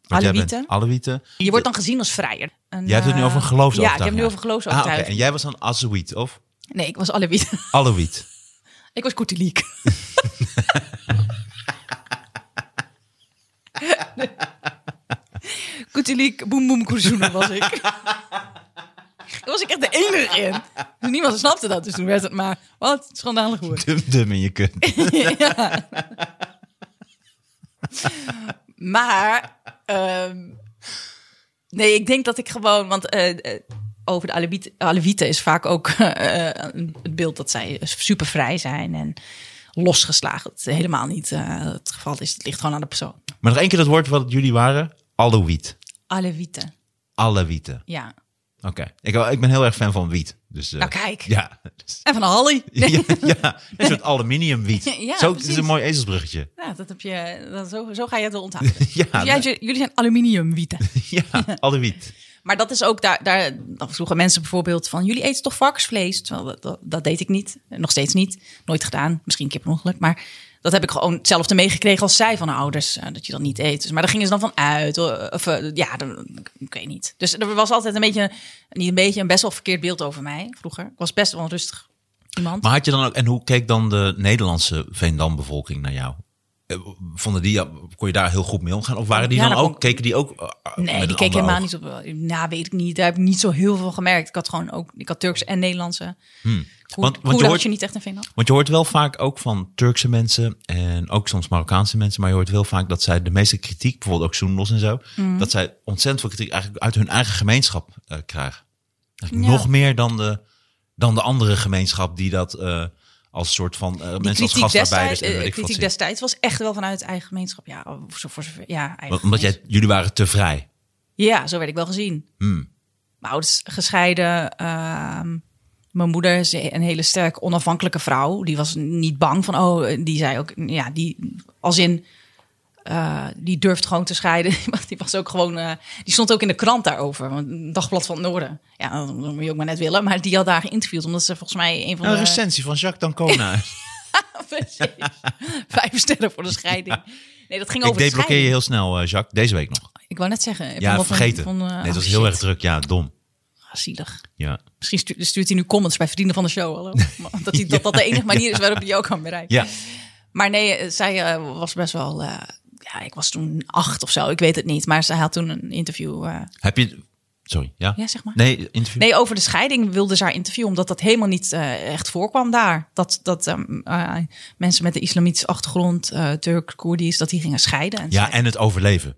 Speaker 3: jij bent
Speaker 4: Alawieten.
Speaker 3: Alawieten.
Speaker 4: je wordt dan gezien als vrijer. En, eh,
Speaker 3: Jij hebt het nu over een geloofsovertuiging.
Speaker 4: Nou, Ja, ik heb het nu over
Speaker 3: Ah, oké.
Speaker 4: geloofsovertuiging.
Speaker 3: En jij was dan Azuit, of?
Speaker 4: Nee, ik was Alawiet.
Speaker 3: Alawiet.
Speaker 4: [laughs] ik was [laughs] Koeteliek. Koeteliek, boem boem koerzoenen was ik. [laughs] Daar was ik echt de enige in. Dus niemand snapte dat, dus toen werd het maar... Wat, schandalig hoor.
Speaker 3: Dum dum in je kunt.
Speaker 4: Ja. maar, ehm, nee, ik denk dat ik gewoon, want eh, eh, over de Alewieten, Alewieten is vaak ook [laughs] eh, eh, het beeld dat zij super vrij zijn en losgeslagen. Dat is helemaal niet eh, het geval is. Het ligt gewoon aan de persoon.
Speaker 3: Maar nog één keer dat woord wat jullie waren. Alawiet.
Speaker 4: Alewieten,
Speaker 3: Alawieten.
Speaker 4: ja.
Speaker 3: Oké. Ik, ik ben heel erg fan van wiet. Dus, eh,
Speaker 4: Nou, kijk.
Speaker 3: [laughs] Ja. Dus- [laughs]
Speaker 4: En van Hallie.
Speaker 3: ja, ja, een soort aluminiumwiet.
Speaker 4: [laughs] Ja,
Speaker 3: Zo, dit is
Speaker 4: precies.
Speaker 3: een mooi ezelsbruggetje. [laughs]
Speaker 4: Ja, dat heb je, dat, zo, zo ga je het wel onthouden.
Speaker 3: Ja,
Speaker 4: Dus jij- jullie zijn aluminiumwieten.
Speaker 3: Ja, Alawiet.
Speaker 4: Maar dat is ook daar, daar dan vroegen mensen bijvoorbeeld van jullie eten toch varkensvlees? Terwijl dat, dat, dat deed ik niet, nog steeds niet, nooit gedaan. Misschien een keer per ongeluk, maar dat heb ik gewoon hetzelfde meegekregen als zij van de ouders eh, dat je dat niet eet. Dus, maar daar gingen ze dan van uit, eh, of eh, ja, dan- ik- ik weet niet. Dus er was altijd een beetje, niet een beetje, een best wel verkeerd beeld over mij vroeger. Ik was best wel een rustig iemand.
Speaker 3: Maar had je dan ook, en hoe keek dan de Nederlandse Veendam-bevolking naar jou? Eh, Vonden die, ja, kon je daar heel goed mee omgaan? Of waren die
Speaker 4: Ja,
Speaker 3: dan
Speaker 4: dat
Speaker 3: ook,
Speaker 4: kon-
Speaker 3: keken die ook? eh, met
Speaker 4: Nee,
Speaker 3: een
Speaker 4: die keek
Speaker 3: ander
Speaker 4: helemaal
Speaker 3: oog?
Speaker 4: niet op. Nou, weet ik niet. Daar heb ik niet zo heel veel van gemerkt. Ik had gewoon ook, ik had Turkse en Nederlandse. Hoe,
Speaker 3: Hmm. Want- want je
Speaker 4: hoe
Speaker 3: hoort-
Speaker 4: je niet echt een vinden.
Speaker 3: Want je hoort wel vaak ook van Turkse mensen en ook soms Marokkaanse mensen, maar je hoort heel vaak dat zij de meeste kritiek, bijvoorbeeld ook Soendos en zo,
Speaker 4: Mm.
Speaker 3: dat zij ontzettend veel kritiek eigenlijk uit hun eigen gemeenschap eh, krijgen. Eigenlijk
Speaker 4: Ja.
Speaker 3: Nog meer dan de, dan de andere gemeenschap die dat eh, als soort van eh,
Speaker 4: Die
Speaker 3: mensen als
Speaker 4: kritiek
Speaker 3: gastarbeiders
Speaker 4: destijds,
Speaker 3: en
Speaker 4: eh,
Speaker 3: weet ik wat
Speaker 4: kritiek
Speaker 3: zien.
Speaker 4: destijds was echt wel vanuit eigen gemeenschap. Ja, of zo voor zover. Ja, eigen
Speaker 3: Want- Omdat jij, jullie waren te vrij.
Speaker 4: ja, zo werd ik wel gezien.
Speaker 3: Hmm.
Speaker 4: Mijn ouders gescheiden. ehm, mijn moeder is een hele sterk onafhankelijke vrouw. Die was niet bang van, oh, die zei ook, ja, die als in. eh, die durft gewoon te scheiden. [laughs] Die was- Die, was ook gewoon, eh, die stond ook in de krant daarover. want Een dagblad van het Noorden. Ja, dat moet je ook maar net willen. Maar die had daar geïnterviewd. Omdat eh, ze volgens mij een van
Speaker 3: Een
Speaker 4: de...
Speaker 3: recensie van Jacques
Speaker 4: [laughs]
Speaker 3: Dancona.
Speaker 4: Precies. Vijf sterren voor de scheiding. Nee, dat ging
Speaker 3: ik
Speaker 4: over de
Speaker 3: deblokkeer je
Speaker 4: scheiding.
Speaker 3: heel snel, eh, Jacques. Deze week nog.
Speaker 4: Ik wou net zeggen. ik vond
Speaker 3: Ja,
Speaker 4: dat een-
Speaker 3: vergeten.
Speaker 4: vond, eh,
Speaker 3: nee, het was
Speaker 4: oh,
Speaker 3: heel
Speaker 4: shit.
Speaker 3: erg druk. Ja, dom.
Speaker 4: Ah, Zielig.
Speaker 3: Ja.
Speaker 4: Misschien stuurt, stuurt hij nu comments bij vrienden van de show.
Speaker 3: [laughs]
Speaker 4: Hallo. Maar Dat, hij, dat dat de enige manier is waarop hij jou kan bereiken.
Speaker 3: Ja.
Speaker 4: Maar nee, eh, zij eh, was best wel... eh, ja, ik was toen acht of zo. Ik weet het niet. Maar ze had toen een interview... eh,
Speaker 3: Heb je... Sorry, ja?
Speaker 4: Ja, zeg maar.
Speaker 3: Nee, interview.
Speaker 4: Nee, over de scheiding wilde ze haar interviewen, omdat dat helemaal niet eh, echt voorkwam daar. Dat, dat ehm, eh, mensen met een islamitische achtergrond, eh Turk, Koerdisch, dat die gingen scheiden. En
Speaker 3: Ja,
Speaker 4: zij-
Speaker 3: en het overleven.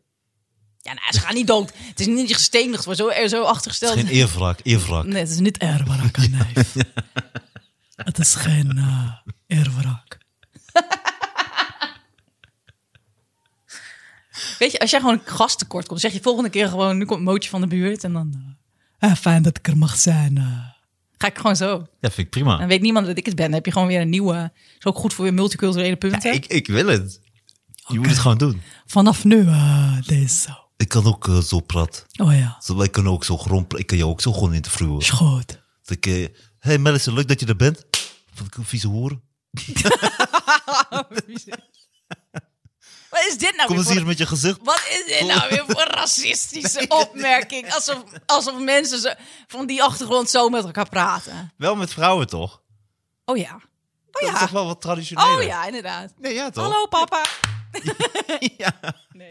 Speaker 4: ja nou, ze gaan niet dood. Het is niet dat je gestenigd wordt, zo, er zo achtergesteld.
Speaker 3: Geen eervlak, eervlak.
Speaker 4: Nee, het is niet
Speaker 3: [laughs]
Speaker 4: erbarak, neef. Het is geen uh, Weet je, als jij gewoon een gast tekort komt, zeg je volgende keer gewoon, nu komt Mootje van de buurt en dan... eh, ah, fijn dat ik er mag zijn. eh. Ga ik gewoon zo.
Speaker 3: Ja, vind ik prima.
Speaker 4: Dan weet niemand dat ik het ben. Dan heb je gewoon weer een nieuwe. Is ook goed voor weer multiculturele punten.
Speaker 3: Ja, Nou, ik, ik wil het. Je moet het gewoon doen.
Speaker 4: Vanaf nu eh, deze zo.
Speaker 3: Ik kan ook eh, zo praten.
Speaker 4: Oh ja,
Speaker 3: Zo, Ik kan ook zo grond, pra- ik kan jou ook zo gewoon interviewen. [laughs]
Speaker 4: is goed.
Speaker 3: Dat ik, eh, hey Melissa, leuk dat je er bent. Vond ik een vieze hoer.
Speaker 4: Wat is dit nou
Speaker 3: Oh, Kom
Speaker 4: weer
Speaker 3: eens
Speaker 4: voor...
Speaker 3: hier met je gezicht.
Speaker 4: Wat is dit nou weer voor
Speaker 3: [laughs]
Speaker 4: racistische opmerking? Alsof, alsof mensen ze van die achtergrond zo met elkaar praten.
Speaker 3: Wel met vrouwen toch?
Speaker 4: Oh ja. Oh
Speaker 3: Dat is
Speaker 4: ja.
Speaker 3: toch wel wat traditioneel.
Speaker 4: Oh ja, inderdaad.
Speaker 3: Nee, ja toch?
Speaker 4: Hallo papa.
Speaker 3: [laughs] Ja.
Speaker 4: Nee.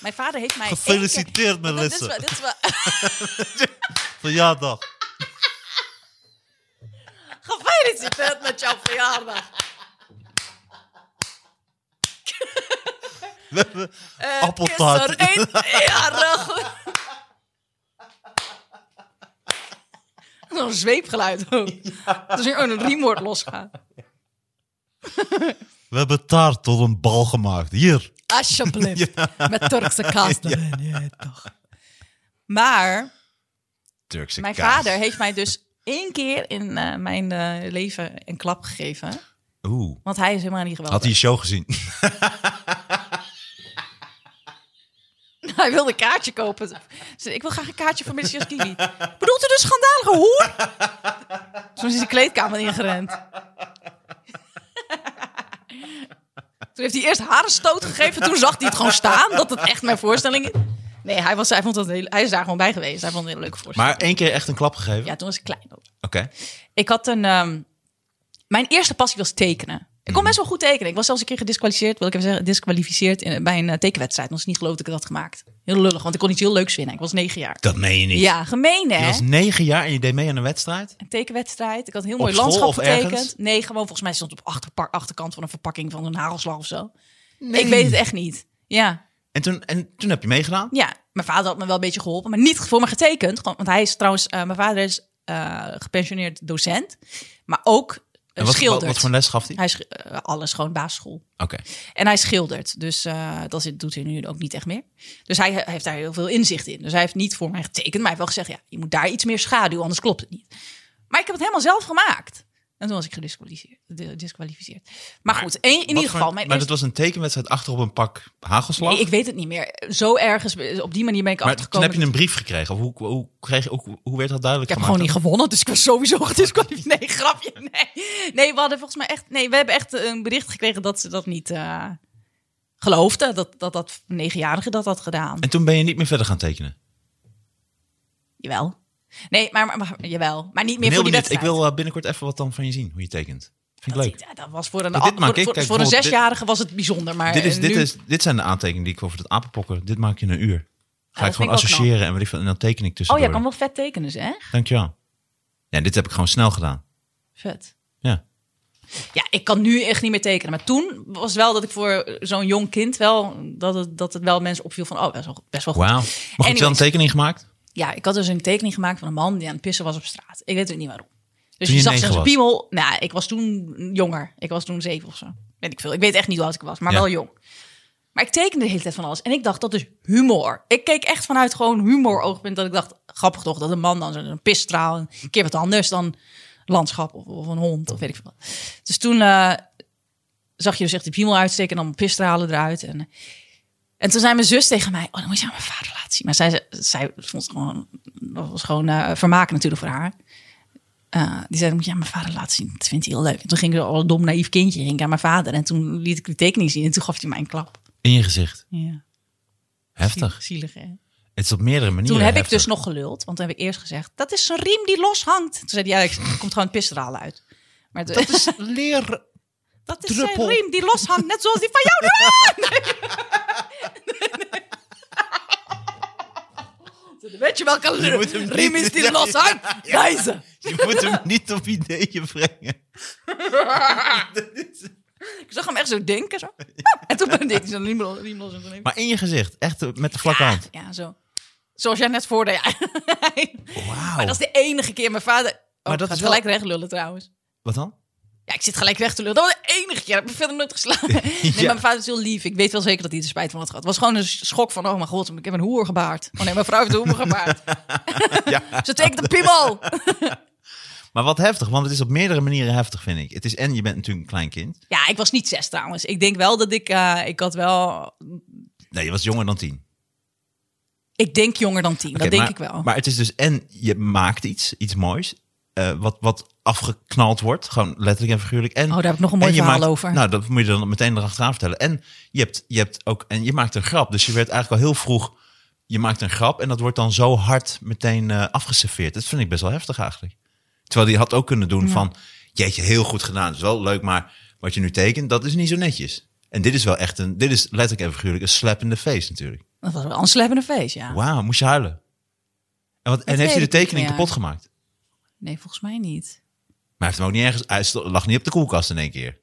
Speaker 4: Mijn vader heeft mij... één keer-
Speaker 3: Gefeliciteerd
Speaker 4: Dat is wel,
Speaker 3: Melissa.
Speaker 4: dit is wel... [laughs]
Speaker 3: Verjaardag.
Speaker 4: Gefeliciteerd met jouw verjaardag.
Speaker 3: We hebben
Speaker 4: Eh,
Speaker 3: Appeltaart.
Speaker 4: Kisser eet-
Speaker 3: [laughs]
Speaker 4: Ja, rug. Zo'n zweepgeluid ook. Als er oh, een riem wordt losgaan.
Speaker 3: We hebben taart tot een bal gemaakt. Hier.
Speaker 4: Alsjeblieft. Met Turkse kaas erin. Ja, toch. Maar
Speaker 3: Turkse
Speaker 4: mijn
Speaker 3: kaas.
Speaker 4: vader heeft mij dus één keer in eh, mijn eh, leven een klap gegeven.
Speaker 3: Oeh.
Speaker 4: Want hij is helemaal niet
Speaker 3: Had hij
Speaker 4: geweldig.
Speaker 3: je show gezien?
Speaker 4: [laughs] Hij... wilde een kaartje kopen. Ze zei, Ik wil graag een kaartje voor Mrs. Kiwi. Bedoelt u de schandalige hoer? Toen is hij de kleedkamer ingerend. Toen heeft hij eerst haar een stoot gegeven. Toen zag hij het gewoon staan. Dat het echt mijn voorstelling is. Nee, hij, was, hij, vond dat heel, hij is daar gewoon bij geweest. Hij vond het een hele leuke voorstelling.
Speaker 3: [laughs] Maar één keer echt een klap gegeven?
Speaker 4: Ja, toen was ik klein ook.
Speaker 3: Oké.
Speaker 4: Ik had een. ehm, mijn eerste passie was tekenen. Ik kon best wel goed tekenen. Ik was zelfs een keer gedisqualificeerd, wil ik even zeggen, disqualificeerd in, bij een eh, tekenwedstrijd. Nog niet geloofd dat ik dat had gemaakt. Heel lullig, want ik kon iets heel leuks winnen. Ik was negen jaar.
Speaker 3: Dat meen je niet.
Speaker 4: Ja, gemeen
Speaker 3: Je
Speaker 4: hè?
Speaker 3: was negen jaar en je deed mee aan een wedstrijd?
Speaker 4: Een tekenwedstrijd. Ik had een heel mooi
Speaker 3: school
Speaker 4: landschap
Speaker 3: of
Speaker 4: getekend.
Speaker 3: ergens?
Speaker 4: Nee, gewoon volgens mij stond het op achterpa- achterkant van een verpakking van een hagelslag of zo. Ik weet het echt niet. Ja,
Speaker 3: En toen, en toen heb je meegedaan?
Speaker 4: ja. Mijn vader had me wel een beetje geholpen, maar niet voor me getekend. Gewoon- Want hij is trouwens, eh, mijn vader is eh, gepensioneerd docent, maar ook eh,
Speaker 3: En wat,
Speaker 4: schildert.
Speaker 3: wat, wat voor les gaf hij?
Speaker 4: Hij is eh, alles gewoon basisschool.
Speaker 3: Oké.
Speaker 4: En hij schildert. Dus eh, dat zit- doet hij nu ook niet echt meer. Dus hij he- heeft daar heel veel inzicht in. Dus hij heeft niet voor mij getekend. Maar hij heeft wel gezegd: ja, je moet daar iets meer schaduw, anders klopt het niet. Maar ik heb het helemaal zelf gemaakt. En toen was ik gedisqualificeerd. de- disqualificeerd. Maar, goed, in, in
Speaker 3: Wat
Speaker 4: ieder
Speaker 3: voor-
Speaker 4: geval. Mijn
Speaker 3: maar
Speaker 4: eerste-
Speaker 3: dat was een tekenwedstrijd achter op een pak hagelslag?
Speaker 4: Nee, ik weet het niet meer. Zo ergens, op die manier ben ik
Speaker 3: maar toen
Speaker 4: achtergekomen.
Speaker 3: heb je een brief gekregen? Of hoe, hoe, kreeg, je- hoe, hoe werd dat
Speaker 4: Ik
Speaker 3: duidelijk
Speaker 4: heb
Speaker 3: gemaakt?
Speaker 4: gewoon niet gewonnen, dus ik was sowieso gedisqualificeerd. Nee, grapje. Nee. nee, we hadden volgens mij echt. Nee, we hebben echt een bericht gekregen dat ze dat niet eh, geloofden. Dat dat, dat negenjarige dat had gedaan.
Speaker 3: En toen ben je niet meer verder gaan tekenen?
Speaker 4: Jawel. Nee, maar, maar, maar- jawel. Maar niet
Speaker 3: Ik ben heel
Speaker 4: meer voor die
Speaker 3: benieuwd.
Speaker 4: wedstrijd.
Speaker 3: Ik wil eh, binnenkort even wat dan van je zien, hoe je tekent. Vind ik
Speaker 4: dat,
Speaker 3: leuk.
Speaker 4: ja, dat was voor een,
Speaker 3: Dit
Speaker 4: voor,
Speaker 3: maak ik.
Speaker 4: voor,
Speaker 3: Kijk,
Speaker 4: voor een
Speaker 3: bijvoorbeeld
Speaker 4: zesjarige was het bijzonder. Maar
Speaker 3: Dit, is,
Speaker 4: eh,
Speaker 3: dit,
Speaker 4: nu,
Speaker 3: is, dit zijn de aantekeningen die ik over dat apenpokken. Dit maak je in een uur. Ga
Speaker 4: dat
Speaker 3: ik gewoon
Speaker 4: vind ik wel knap.
Speaker 3: associëren en, weet ik veel, en dan teken ik
Speaker 4: Oh,
Speaker 3: tussendoor.
Speaker 4: jij kan wel vet tekenen, zeg.
Speaker 3: Dankjewel. Ja, dit heb ik gewoon snel gedaan.
Speaker 4: Vet.
Speaker 3: Ja.
Speaker 4: Ja, ik kan nu echt niet meer tekenen. Maar toen was het wel dat ik voor zo'n jong kind wel... dat het, dat het wel mensen opviel van... oh, best wel, best wel goed.
Speaker 3: Wauw. Maar goed, je wel een
Speaker 4: Anyways.
Speaker 3: tekening gemaakt?
Speaker 4: Ja, ik had dus een tekening gemaakt van een man die aan het pissen was op straat. Ik weet het niet waarom. Dus
Speaker 3: Toen
Speaker 4: je
Speaker 3: je
Speaker 4: zag
Speaker 3: negen
Speaker 4: zijn
Speaker 3: was?
Speaker 4: piemel. Nou, ik was toen jonger. Ik was toen zeven of zo. Weet ik veel. Ik weet echt niet hoe oud ik was, maar
Speaker 3: Ja.
Speaker 4: wel jong. Maar ik tekende de hele tijd van alles. En ik dacht, dat is humor. Ik keek echt vanuit gewoon humor oogpunt. Dat ik dacht, grappig toch, dat een man dan zo'n pisstraal. Een keer wat anders dan landschap of, of een hond of weet ik veel. wat. Dus toen eh, zag je dus echt die piemel uitsteken en dan pisstralen eruit. En En toen zei mijn zus tegen mij, oh, dan moet je aan mijn vader laten zien. Maar zij, zij vond het gewoon, dat was gewoon eh vermaken natuurlijk voor haar. Eh, die zei, dan moet je aan mijn vader laten zien. Dat vindt hij heel leuk. En toen ging ik er al een dom naïef kindje ging ik aan mijn vader. En toen liet ik die tekening zien en toen gaf hij mij een klap.
Speaker 3: In je gezicht.
Speaker 4: Ja.
Speaker 3: Heftig.
Speaker 4: Zielig, hè?
Speaker 3: Het is op meerdere manieren
Speaker 4: Toen heb ik
Speaker 3: heftig.
Speaker 4: dus nog geluld, want toen heb ik eerst gezegd: dat is een riem die loshangt. Toen zei hij: ja, er komt gewoon pistraal uit. Maar dat is,
Speaker 3: [laughs] Leer...
Speaker 4: dat is
Speaker 3: druppel.
Speaker 4: een riem die loshangt, net zoals die van jou. [laughs] Nee. Dan Weet je welke
Speaker 3: Je moet hem
Speaker 4: lu- riem
Speaker 3: niet-
Speaker 4: is
Speaker 3: Ja,
Speaker 4: die loshangt?
Speaker 3: ja.
Speaker 4: Deze.
Speaker 3: Je moet hem niet op ideeën brengen.
Speaker 4: Ik zag hem echt zo denken. Zo. En toen ben ik zo'n riem los- riem los. en toen heb ik-
Speaker 3: Maar in je gezicht. Echt eh, met de vlakke hand.
Speaker 4: Ja, zo. Zoals jij net [laughs] voordeed. Maar
Speaker 3: Wauw.
Speaker 4: dat is de enige keer mijn vader... maar
Speaker 3: Oh. dat
Speaker 4: dat is
Speaker 3: is wel-
Speaker 4: gelijk recht lullen trouwens.
Speaker 3: Wat dan?
Speaker 4: Ja, ik zit gelijk weg te lullen. Dat was de enige keer. Ik heb me verder nooit geslagen.
Speaker 3: [laughs]
Speaker 4: Nee, maar mijn vader is heel lief. Ik weet wel zeker dat hij er spijt van had gehad. Het was gewoon een schok van, oh mijn god, ik heb een hoer gebaard. Oh nee, mijn vrouw heeft een hoer
Speaker 3: [laughs]
Speaker 4: gebaard. Ze tekent de piemel.
Speaker 3: Maar wat heftig, want het is op meerdere manieren heftig, vind ik. Het is en je bent natuurlijk een klein kind.
Speaker 4: Ja, ik was niet zes trouwens. Ik denk wel dat ik, eh, ik had wel,
Speaker 3: Nee, je was jonger dan tien.
Speaker 4: ik denk jonger dan tien.
Speaker 3: Oké,
Speaker 4: dat denk
Speaker 3: maar-
Speaker 4: ik wel.
Speaker 3: Maar het is dus en je maakt iets, iets moois, eh, wat, wat afgeknald wordt, gewoon letterlijk en figuurlijk. En,
Speaker 4: Oh, daar heb ik nog een mooi
Speaker 3: en je
Speaker 4: verhaal
Speaker 3: maakt-
Speaker 4: over.
Speaker 3: Nou, dat moet je dan meteen erachteraan vertellen. En je, hebt, je, hebt ook, en je maakt een grap, dus je werd eigenlijk al heel vroeg, je maakt een grap en dat wordt dan zo hard meteen eh, afgeserveerd. Dat vind ik best wel heftig eigenlijk. Terwijl die had ook kunnen doen van, jeetje, heel goed gedaan, dat is wel leuk, maar wat je nu tekent, dat is niet zo netjes. En dit is wel echt een, dit is letterlijk en figuurlijk een slap in de face natuurlijk.
Speaker 4: Dat was wel een sleppende feest, ja.
Speaker 3: Wauw, moest je huilen. En, wat, en heeft
Speaker 4: Dat
Speaker 3: hij de
Speaker 4: weet ik niet
Speaker 3: tekening
Speaker 4: meer.
Speaker 3: kapot gemaakt?
Speaker 4: Nee, volgens mij niet. [laughs]
Speaker 3: Maar hij heeft hem ook niet ergens. Hij sto- lag niet op de koelkast in één keer.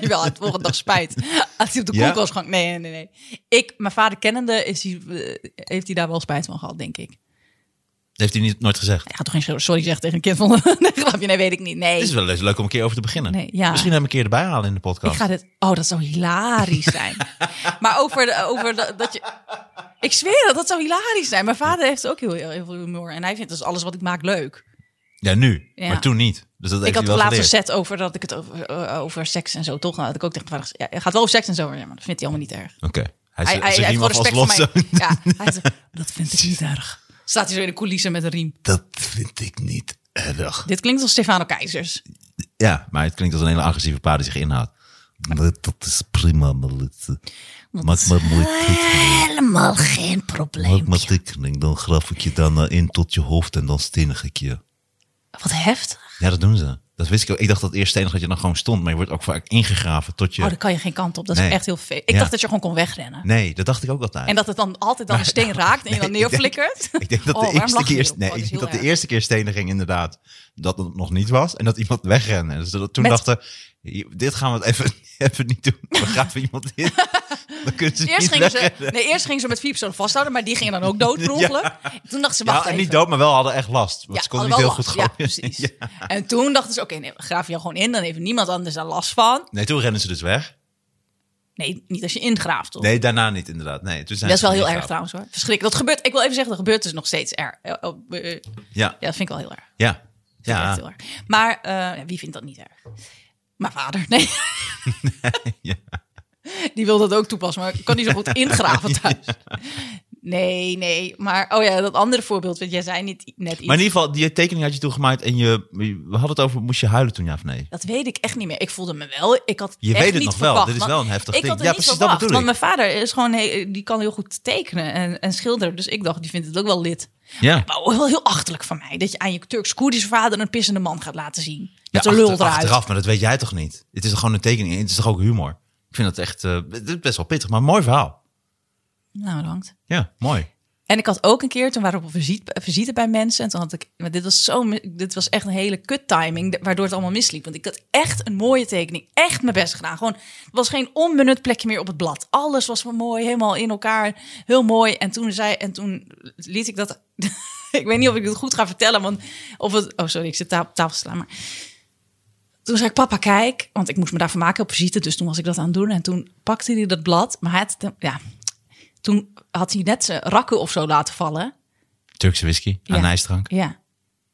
Speaker 4: Jawel, het volgende dag spijt. Als hij op de
Speaker 3: Ja?
Speaker 4: koelkast gang. Nee, nee, nee. Ik, mijn vader kennende, is hij, eh, heeft hij daar wel spijt van gehad, denk ik.
Speaker 3: Dat heeft hij niet, nooit gezegd.
Speaker 4: Ik ga toch geen sorry zeggen tegen een kind van [laughs] nee, grapje? Nee, weet ik niet. Nee.
Speaker 3: Het is wel eens leuk om een keer over te beginnen.
Speaker 4: Nee, ja.
Speaker 3: Misschien hem een keer erbij halen in de podcast.
Speaker 4: Ik ga dit. Oh, dat zou hilarisch
Speaker 3: [laughs]
Speaker 4: zijn. maar over, de- over de- dat je. Ik zweer dat, dat zou hilarisch zijn. Mijn vader heeft ook heel, heel, heel veel humor. En hij vindt dus alles wat ik maak leuk.
Speaker 3: Ja, nu.
Speaker 4: Ja.
Speaker 3: Maar toen niet. Dus dat heeft
Speaker 4: ik had
Speaker 3: hij
Speaker 4: de
Speaker 3: wel
Speaker 4: laatste
Speaker 3: geleerd.
Speaker 4: set over dat ik het over, eh, over seks en zo toch. Nou, had ik ook tegen mijn vader gezegd, Ja, het gaat wel over seks en zo. maar Ja, maar dat vindt hij allemaal niet erg.
Speaker 3: Oké. Hij,
Speaker 4: Hij,
Speaker 3: hij,
Speaker 4: hij, hij heeft wel
Speaker 3: iemand als
Speaker 4: respect voor
Speaker 3: los.
Speaker 4: mij. Ja, hij zegt, dat vindt ik niet erg. Staat hij zo in de coulissen met een riem.
Speaker 3: [laughs] Dat vind ik niet erg.
Speaker 4: Dit klinkt als Stefano Keizers.
Speaker 3: Ja, maar het klinkt als een hele agressieve paard die zich inhoudt. Dat dat is prima, maar dat, eh, maak maar mooi.
Speaker 4: Helemaal geen
Speaker 3: Maak
Speaker 4: probleem.
Speaker 3: maar tekening, dan graf ik je daarna in tot je hoofd en dan stenig ik je.
Speaker 4: Wat heftig. Oh,
Speaker 3: Ja, dat doen ze. Dat wist ik ook. Ik dacht dat eerst stenig dat je dan gewoon stond, maar je wordt ook vaak ingegraven tot je.
Speaker 4: Oh, daar kan je geen kant op. Dat
Speaker 3: Nee.
Speaker 4: is echt heel veel. Ik
Speaker 3: Ja.
Speaker 4: dacht dat je gewoon kon wegrennen.
Speaker 3: Nee, dat dacht ik ook altijd.
Speaker 4: En dat het dan altijd dan een steen raakt en je
Speaker 3: [laughs]
Speaker 4: dan
Speaker 3: Nee, ik denk-
Speaker 4: neerflikkert.
Speaker 3: Ik denk dat
Speaker 4: Oh,
Speaker 3: de
Speaker 4: waarom
Speaker 3: eerste
Speaker 4: lach je
Speaker 3: keer,
Speaker 4: hierop?
Speaker 3: nee,
Speaker 4: Oh,
Speaker 3: ik
Speaker 4: dat is
Speaker 3: denk
Speaker 4: heel
Speaker 3: dat de
Speaker 4: erg.
Speaker 3: eerste keer steniging inderdaad dat het nog niet was en dat iemand wegrende. Dus dat, toen
Speaker 4: Met-
Speaker 3: dachten, hier- dit gaan we het even, [laughs] even niet doen. We graven iemand
Speaker 4: [laughs]
Speaker 3: in. Dan kunnen ze
Speaker 4: Dus Eerst
Speaker 3: niet
Speaker 4: gingen, ze,
Speaker 3: wegrennen.
Speaker 4: nee, eerst gingen ze met vier personen vasthouden, maar die gingen dan
Speaker 3: [laughs]
Speaker 4: ook dood per
Speaker 3: Ja.
Speaker 4: ongeluk. Toen dachten ze,
Speaker 3: Ja,
Speaker 4: wacht
Speaker 3: en
Speaker 4: even.
Speaker 3: niet dood, maar wel hadden echt last. Want
Speaker 4: Ja,
Speaker 3: ze konden niet
Speaker 4: hadden
Speaker 3: heel
Speaker 4: wel
Speaker 3: goed
Speaker 4: last.
Speaker 3: gooien. [laughs]
Speaker 4: Ja, precies. En toen dachten ze, oké, nee, we graven jou gewoon in. Dan heeft niemand anders daar last van.
Speaker 3: Nee, toen rennen ze dus weg.
Speaker 4: Nee, niet als je ingraaft, toch?
Speaker 3: Nee, daarna niet inderdaad. Nee, toen zijn
Speaker 4: dat is
Speaker 3: ze
Speaker 4: wel heel erg
Speaker 3: neergehaald.
Speaker 4: trouwens, hoor. Verschrikkelijk. Dat gebeurt, ik wil even zeggen, dat gebeurt dus nog steeds er. eh, oh, eh, eh.
Speaker 3: Ja,
Speaker 4: Ja, dat vind ik wel heel erg.
Speaker 3: ja,
Speaker 4: Dat vind ik
Speaker 3: ja.
Speaker 4: echt heel erg. Maar eh, ja, wie vindt dat niet erg? Mijn vader, nee.
Speaker 3: [laughs] ja.
Speaker 4: Die wil dat ook toepassen, maar ik kan niet
Speaker 3: [laughs]
Speaker 4: zo goed ingraven thuis. Nee, nee. Maar, oh ja, dat andere voorbeeld, want jij zei niet, net iets.
Speaker 3: Maar in ieder geval, die tekening had je toen gemaakt en je, we hadden het over, moest je huilen toen ja of nee?
Speaker 4: Dat weet ik echt niet meer. Ik voelde me wel. Ik had
Speaker 3: Je
Speaker 4: echt
Speaker 3: weet het
Speaker 4: niet
Speaker 3: nog wel.
Speaker 4: verwacht,
Speaker 3: Dit is
Speaker 4: want
Speaker 3: wel een heftig
Speaker 4: ik
Speaker 3: ding.
Speaker 4: Had het
Speaker 3: Ja,
Speaker 4: niet
Speaker 3: precies, dat
Speaker 4: verwacht,
Speaker 3: bedoel
Speaker 4: Want
Speaker 3: ik.
Speaker 4: mijn vader is gewoon, heel- die kan heel goed tekenen en, en schilderen. Dus ik dacht, die vindt het ook wel lid.
Speaker 3: Ja.
Speaker 4: Maar wel heel achterlijk van mij. Dat je aan je Turks-Koerdische vader een pissende man gaat laten zien.
Speaker 3: Ja,
Speaker 4: Met een lul
Speaker 3: achter-
Speaker 4: eruit.
Speaker 3: Achteraf, maar dat weet jij toch niet? Het is gewoon een tekening. en Het is toch ook humor? Ik vind dat echt eh, het is best wel pittig, maar een mooi verhaal.
Speaker 4: Nou, bedankt.
Speaker 3: Ja, mooi.
Speaker 4: En ik had ook een keer, toen waren we op visite, visite bij mensen. En toen had ik, maar dit was zo, mi- dit was echt een hele kut timing, de- waardoor het allemaal misliep. Want ik had echt een mooie tekening, echt mijn best gedaan. Gewoon, er was geen onbenut plekje meer op het blad. Alles was wel mooi, helemaal in elkaar, heel mooi. En toen zei, en toen liet ik dat, [laughs] ik weet niet of ik het goed ga vertellen, want of het, oh sorry, ik zit ta- op tafel te slaan, maar toen zei ik, papa, kijk. Want ik moest me daarvoor maken op visite. Dus toen was ik dat aan het doen. En toen pakte hij dat blad. Maar hij had, het- ja, toen had hij net zijn rakken of zo laten vallen.
Speaker 3: Turkse whisky,
Speaker 4: Ja.
Speaker 3: anijsdrank.
Speaker 4: Ja.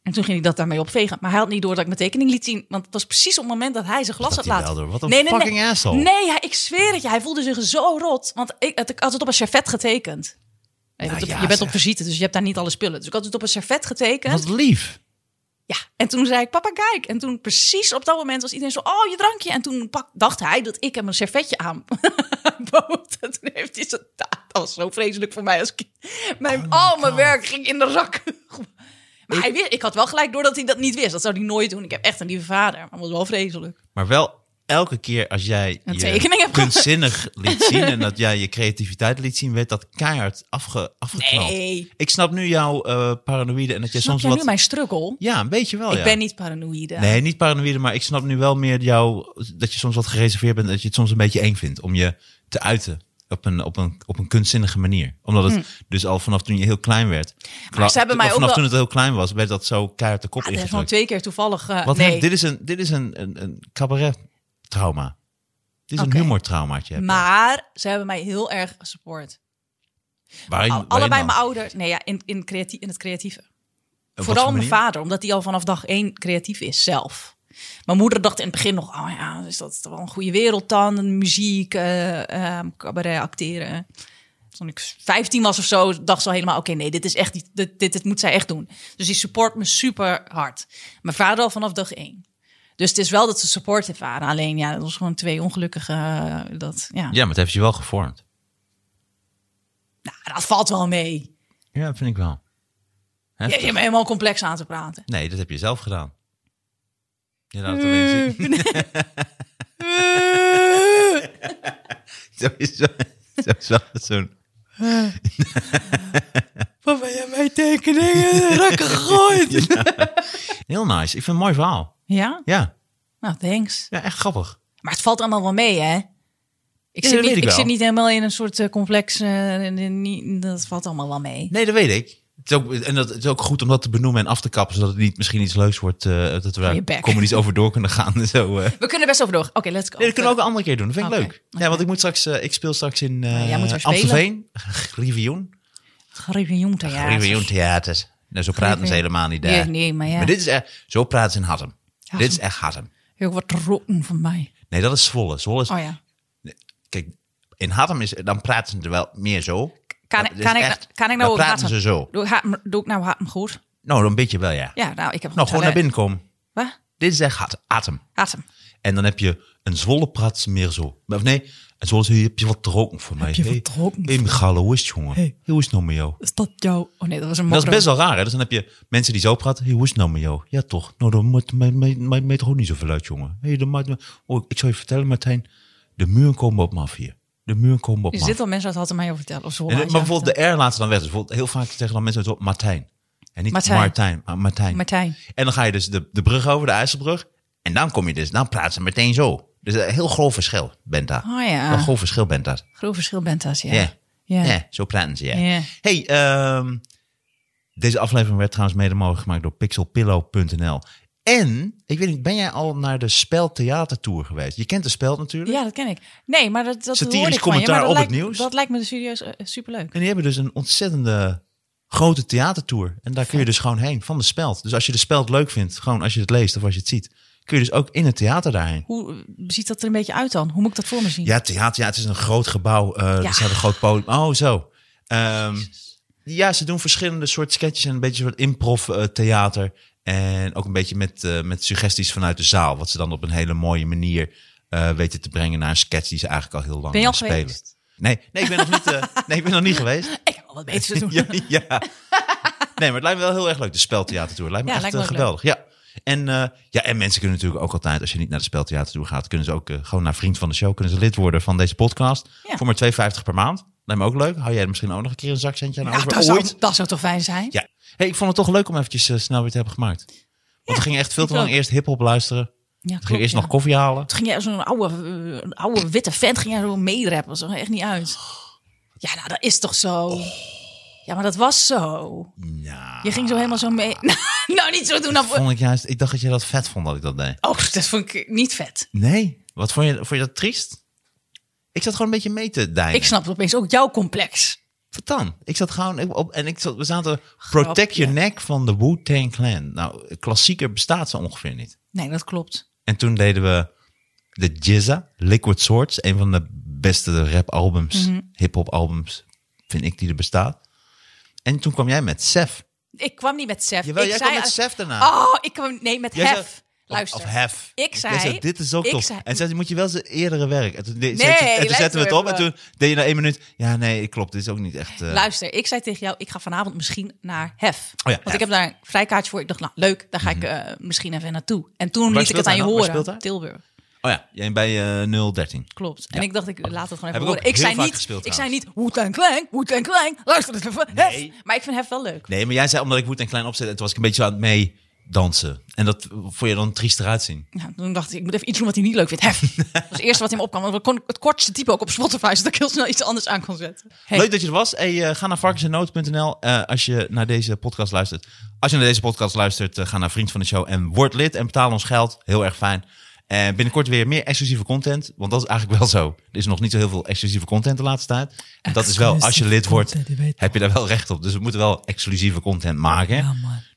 Speaker 4: En toen ging ik dat daarmee opvegen. Maar hij had niet door dat ik mijn tekening liet zien. Want het was precies op het moment dat hij zijn glas
Speaker 3: Dat
Speaker 4: had
Speaker 3: hij
Speaker 4: laten.
Speaker 3: wel door- wat een fucking asshole.
Speaker 4: Nee, hij- ik zweer het je. Hij voelde zich zo rot. Want ik, het- ik had het op een servet getekend. Nee,
Speaker 3: Nou
Speaker 4: want
Speaker 3: ja,
Speaker 4: je bent
Speaker 3: zeg.
Speaker 4: op visite, dus je hebt daar niet alle spullen. Dus ik had het op een servet getekend.
Speaker 3: Wat lief.
Speaker 4: Ja, en toen zei ik, papa, kijk. En toen precies op dat moment was iedereen zo, oh, je drankje. En toen pak, dacht hij dat ik hem een servetje [laughs] aanbood. En toen heeft hij zo, dat was zo vreselijk voor mij als kind.
Speaker 3: Oh
Speaker 4: Mijn, al mijn werk ging in de zak.
Speaker 3: [laughs]
Speaker 4: Maar hij wist, ik had wel gelijk door dat hij dat niet wist. Dat zou hij nooit doen. Ik heb echt een lieve vader. Maar het was wel vreselijk.
Speaker 3: Maar wel elke keer als jij
Speaker 4: Een tekening
Speaker 3: je
Speaker 4: hebt
Speaker 3: kunstzinnig liet zien... en dat jij je creativiteit liet zien, werd dat keihard afge, afgeknapt.
Speaker 4: Nee.
Speaker 3: Ik snap nu jouw eh, paranoïde en dat jij
Speaker 4: Snap
Speaker 3: Nou, soms
Speaker 4: jij
Speaker 3: wat...
Speaker 4: nu mijn struggle?
Speaker 3: Ja, een beetje wel,
Speaker 4: ik
Speaker 3: ja.
Speaker 4: ben niet paranoïde. Ah,
Speaker 3: Nee, niet paranoïde, maar ik snap nu wel meer jou... dat je soms wat gereserveerd bent, dat je het soms een beetje eng vindt... om je te uiten op een, op een, op een kunstzinnige manier. Omdat het dus al vanaf toen je heel klein werd... kla-
Speaker 4: Hm. ze hebben mij
Speaker 3: of
Speaker 4: ook
Speaker 3: vanaf toen
Speaker 4: wel-
Speaker 3: het heel klein was, werd dat zo keihard de kop
Speaker 4: Ah, dat is gewoon
Speaker 3: ingedrukt.
Speaker 4: twee keer toevallig. eh,
Speaker 3: Wat
Speaker 4: nee.
Speaker 3: heb- dit is een, dit is een, een, een cabaret-trauma. Dit is
Speaker 4: Oké.
Speaker 3: een humortraumaatje. heb je.
Speaker 4: Maar ze hebben mij heel erg gesupport.
Speaker 3: Waarin- nou-
Speaker 4: Al-
Speaker 3: waarin
Speaker 4: allebei
Speaker 3: dan?
Speaker 4: mijn ouders. Nee, ja, in, in, creatie, in het creatieve.
Speaker 3: Op wat
Speaker 4: Vooral
Speaker 3: voor
Speaker 4: mijn
Speaker 3: manier?
Speaker 4: vader, omdat hij al vanaf dag één creatief is zelf. Mijn moeder dacht in het begin nog, oh ja, is dat wel een goede wereld dan? Muziek, eh, ehm, cabaret, acteren. Toen ik 15 was of zo, dacht ze al helemaal, oké, nee, dit is echt niet, dit, dit, dit moet zij echt doen. Dus die support me super hard. Mijn vader al vanaf dag één. Dus het is wel dat ze supportive waren. Alleen ja, dat was gewoon twee ongelukkige, eh, dat, ja.
Speaker 3: Ja, maar het heeft je wel gevormd.
Speaker 4: Nou, dat valt wel mee.
Speaker 3: Ja, vind ik wel.
Speaker 4: Je, je
Speaker 3: Heftig.
Speaker 4: hebt me helemaal complex aan te praten.
Speaker 3: Nee, dat heb je zelf gedaan. Je laat het
Speaker 4: Hmm.
Speaker 3: alleen zien. [laughs] Zo is zo- zo is wel
Speaker 4: [laughs]
Speaker 3: zo'n...
Speaker 4: Papa, jij mijn tekeningen rakken
Speaker 3: [laughs]
Speaker 4: gegooid.
Speaker 3: Heel nice. Ik vind het een mooi verhaal.
Speaker 4: [laughs] Ja?
Speaker 3: Ja,
Speaker 4: Nou, thanks.
Speaker 3: ja echt grappig.
Speaker 4: Maar het valt allemaal wel mee, hè? Ik,
Speaker 3: dat
Speaker 4: zit,
Speaker 3: weet
Speaker 4: niet,
Speaker 3: ik
Speaker 4: ik,
Speaker 3: wel.
Speaker 4: zit niet helemaal in een soort eh, complex. eh, en- en niet- dat valt allemaal wel mee.
Speaker 3: Nee, dat weet ik. Het is ook, en dat het is ook goed om dat te benoemen en af te kappen, zodat het niet misschien iets leuks wordt. eh, dat we
Speaker 4: je
Speaker 3: daar
Speaker 4: bek.
Speaker 3: comedies over door kunnen gaan. En zo, eh.
Speaker 4: We kunnen best over door. Oké, let's go.
Speaker 3: Nee, dat kunnen we ook een andere keer doen. Dat vind ik
Speaker 4: Oké,
Speaker 3: leuk. Ja, want ik moet straks, eh, ik speel straks in eh,
Speaker 4: jij moet weer spelen.
Speaker 3: Amstelveen. Grivion.
Speaker 4: Griffioen theater.
Speaker 3: Grivion Theater. Nou, zo praten ze
Speaker 4: Griffioen.
Speaker 3: helemaal niet daar.
Speaker 4: Nee, nee, maar ja.
Speaker 3: dit is echt, zo praten ze in Hattem.
Speaker 4: Hattem.
Speaker 3: Dit is echt Hattem.
Speaker 4: Heel wat rotten van mij.
Speaker 3: Nee, dat is Zwolle. Zwolle is,
Speaker 4: Oh ja.
Speaker 3: kijk, in Hattem is, dan praten ze wel meer zo.
Speaker 4: Kan,
Speaker 3: Dat
Speaker 4: ik-
Speaker 3: is
Speaker 4: kan, ik,
Speaker 3: echt-
Speaker 4: kan ik
Speaker 3: dan
Speaker 4: nou ook
Speaker 3: praten
Speaker 4: haten?
Speaker 3: ze zo.
Speaker 4: Doe, ik haat me- doe ik nou haat me goed?
Speaker 3: Nou, een beetje wel, ja.
Speaker 4: Ja, nou, ik heb
Speaker 3: nou, gewoon naar
Speaker 4: talent.
Speaker 3: binnen komen.
Speaker 4: Wat?
Speaker 3: Dit is echt Hat- Hattem.
Speaker 4: Haat hem.
Speaker 3: En dan heb je een Zwolle praat ze meer zo. Of nee, en Zwolle zegt, heb je wat dronken voor mij?
Speaker 4: Heb je wat
Speaker 3: Hey,
Speaker 4: dronken
Speaker 3: hey, Michale, hoe is het, jongen? Hoe is het nou met jou?
Speaker 4: Is dat jou? Oh nee, dat was een
Speaker 3: Dat is
Speaker 4: mokro.
Speaker 3: best wel raar, hè? Dus dan heb je mensen die zo praten. Hey, hoe is het nou met jou? Ja, toch? Nou, dan maakt mij- mij- mij- mij toch ook niet zoveel uit, jongen. Hey, dan maakt me- oh, ik zou je vertellen, Martijn. De muren komen op me af hier. De muren komen op
Speaker 4: Er
Speaker 3: me af.
Speaker 4: zitten al mensen dat hadden mij over verteld. Of zo,
Speaker 3: En, maar bijvoorbeeld de R laten ze dan weg. Dus bijvoorbeeld heel vaak zeggen dan mensen zo, Martijn. En niet
Speaker 4: Martijn.
Speaker 3: Martijn, maar Martijn.
Speaker 4: Martijn.
Speaker 3: En dan ga je dus de, de brug over, de IJsselbrug. En dan kom je dus, dan praten ze meteen zo. Dus een heel grof verschil bent daar.
Speaker 4: Oh ja.
Speaker 3: Een grof verschil bent dat.
Speaker 4: Groot verschil bent dat, ja.
Speaker 3: Ja.
Speaker 4: Ja.
Speaker 3: Ja, zo praten ze, ja.
Speaker 4: Ja.
Speaker 3: Hey, ehm, deze aflevering werd trouwens mede mogelijk gemaakt door pixelpillow.nl. En, ik weet niet, ben jij al naar de Speltheatertour geweest? Je kent de Speld natuurlijk.
Speaker 4: Ja, dat ken ik. Nee, maar dat, dat
Speaker 3: Satirisch
Speaker 4: hoor ik van je, maar
Speaker 3: commentaar
Speaker 4: dat
Speaker 3: op het
Speaker 4: lijkt,
Speaker 3: nieuws.
Speaker 4: Dat lijkt me dus serieus eh, superleuk.
Speaker 3: En die hebben dus een ontzettende grote theatertour. En daar kun je dus gewoon heen, van de Speld. Dus als je de Speld leuk vindt, gewoon als je het leest of als je het ziet... kun je dus ook in het theater daarheen.
Speaker 4: Hoe eh, ziet dat er een beetje uit dan? Hoe moet ik dat voor me zien?
Speaker 3: Ja, theater, ja, het is een groot gebouw. eh
Speaker 4: Ja.
Speaker 3: Er staat een groot podium. Oh, zo. Ehm, ja, ze doen verschillende soort sketches en een beetje een soort improv eh, theater. En ook een beetje met, eh, met suggesties vanuit de zaal. Wat ze dan op een hele mooie manier eh, weten te brengen naar een sketch die ze eigenlijk al heel lang
Speaker 4: Ben je al
Speaker 3: eh, spelen.
Speaker 4: geweest?
Speaker 3: Nee, nee, ik ben nog niet, eh, [laughs] nee, ik ben nog niet geweest.
Speaker 4: Ik heb al wat
Speaker 3: [laughs]
Speaker 4: beter te doen.
Speaker 3: ja, ja. Nee, maar het lijkt me wel heel erg leuk. De speltheatertour lijkt me
Speaker 4: Ja,
Speaker 3: echt
Speaker 4: lijkt me
Speaker 3: eh,
Speaker 4: ook
Speaker 3: geweldig. Ja. En, eh, ja, en mensen kunnen natuurlijk ook altijd, als je niet naar de speltheatertour gaat, kunnen ze ook eh, gewoon naar vriend van de show, kunnen ze lid worden van deze podcast.
Speaker 4: Ja.
Speaker 3: Voor maar 2,50 per maand. Lijkt me ook leuk. Hou jij er misschien ook nog een keer een zakcentje aan
Speaker 4: Nou,
Speaker 3: over?
Speaker 4: dat, zou,
Speaker 3: Ooit.
Speaker 4: dat zou toch fijn zijn?
Speaker 3: Ja. Hey, ik vond het toch leuk om eventjes eh, snel weer te hebben gemaakt. Want we gingen echt veel te
Speaker 4: ik
Speaker 3: lang
Speaker 4: ook.
Speaker 3: eerst hip-hop luisteren.
Speaker 4: Ja,
Speaker 3: We gingen eerst
Speaker 4: ja.
Speaker 3: nog koffie
Speaker 4: [laughs]
Speaker 3: halen.
Speaker 4: Toen ging jij zo'n oude, eh, een oude witte vent ging jij zo meerappen. Dat zag er echt niet uit. Ja, nou, dat is toch zo? Ja, maar dat was zo.
Speaker 3: Oh. Ja.
Speaker 4: Je ging zo helemaal
Speaker 3: [laughs]
Speaker 4: zo mee. nou, niet zo doen.
Speaker 3: Dat
Speaker 4: Nou,
Speaker 3: vond ik juist. Ik dacht dat je dat vet vond dat ik dat deed.
Speaker 4: Oh, dat vond ik niet vet.
Speaker 3: Nee. Wat vond je, vond je dat triest? Ik zat gewoon een beetje mee te dijnen.
Speaker 4: Ik snap opeens ook jouw complex.
Speaker 3: Vertan. Ik zat gewoon op en ik zat, we zaten Protect Your Neck van de Wu-Tang Clan. Nou, klassieker bestaat zo ongeveer niet.
Speaker 4: Nee, dat klopt.
Speaker 3: En toen deden we de Jizza, Liquid Swords. Een van de beste rap-albums,
Speaker 4: Mhm.
Speaker 3: hip-hop albums, vind ik, die er bestaat. En toen kwam jij met Sef.
Speaker 4: Ik kwam niet met Sef.
Speaker 3: Jawel,
Speaker 4: ik
Speaker 3: jij
Speaker 4: zei
Speaker 3: kwam met
Speaker 4: al-
Speaker 3: Sef daarna.
Speaker 4: Oh, ik kwam... Nee, met
Speaker 3: Jij zei- Oh,
Speaker 4: Hef.
Speaker 3: Of-
Speaker 4: Luister.
Speaker 3: Of hef.
Speaker 4: Ik zei...
Speaker 3: Jij zei, dit is ook
Speaker 4: ik
Speaker 3: top.
Speaker 4: zei-
Speaker 3: En zei, moet je wel zijn eerdere werk. En toen, deed-
Speaker 4: Nee,
Speaker 3: zet- en toen
Speaker 4: luister
Speaker 3: zetten we het op. En
Speaker 4: even.
Speaker 3: toen deed je na één minuut. Ja, nee, klopt. Dit is ook niet echt... eh, Oh
Speaker 4: Luister, ik zei tegen jou, ik ga vanavond misschien naar Hef.
Speaker 3: ja,
Speaker 4: Want
Speaker 3: Hef.
Speaker 4: ik heb daar een vrijkaartje voor. Ik dacht, nou leuk, daar ga ik eh, misschien even naartoe. En toen liet ik
Speaker 3: speelt
Speaker 4: het
Speaker 3: hij
Speaker 4: aan je
Speaker 3: nou? Waar speelt hij?
Speaker 4: horen. Tilburg,
Speaker 3: Oh ja, jij bij eh 013.
Speaker 4: klopt. En ik dacht, ik laat het gewoon
Speaker 3: Heb
Speaker 4: even
Speaker 3: ik ook
Speaker 4: horen. Ik
Speaker 3: heel
Speaker 4: zei
Speaker 3: vaak
Speaker 4: niet,
Speaker 3: gespeeld
Speaker 4: ik zei niet, Wu-Tang Clan, Wu-Tang Clan. [laughs] Luister eens even,
Speaker 3: Nee.
Speaker 4: Hef. Maar ik vind Hef wel leuk.
Speaker 3: Nee, maar jij zei omdat ik Woed en Klein opzet. En toen was ik een beetje zo aan het meedansen. En dat vond je dan triest eruit zien.
Speaker 4: Ja, toen dacht ik, ik moet even iets doen wat hij niet leuk vindt.
Speaker 3: [laughs]
Speaker 4: Hef. Dat was het eerste wat hem opkwam. Want we kon het kortste type ook op Spotify, zodat ik heel snel iets anders aan kon zetten. Hey,
Speaker 3: Leuk dat je er was. Hey, eh, ga naar varkensennoot.nl eh, als je naar deze podcast luistert. Als je naar deze podcast luistert, eh, ga naar Vriend van de Show en word lid en betaal ons geld. Heel erg fijn. En binnenkort weer meer exclusieve content. Want dat is eigenlijk wel zo. Er is nog niet zo heel veel exclusieve content de laatste tijd. En dat is wel, als je lid wordt, heb je daar wel recht op. Dus we moeten wel exclusieve content maken.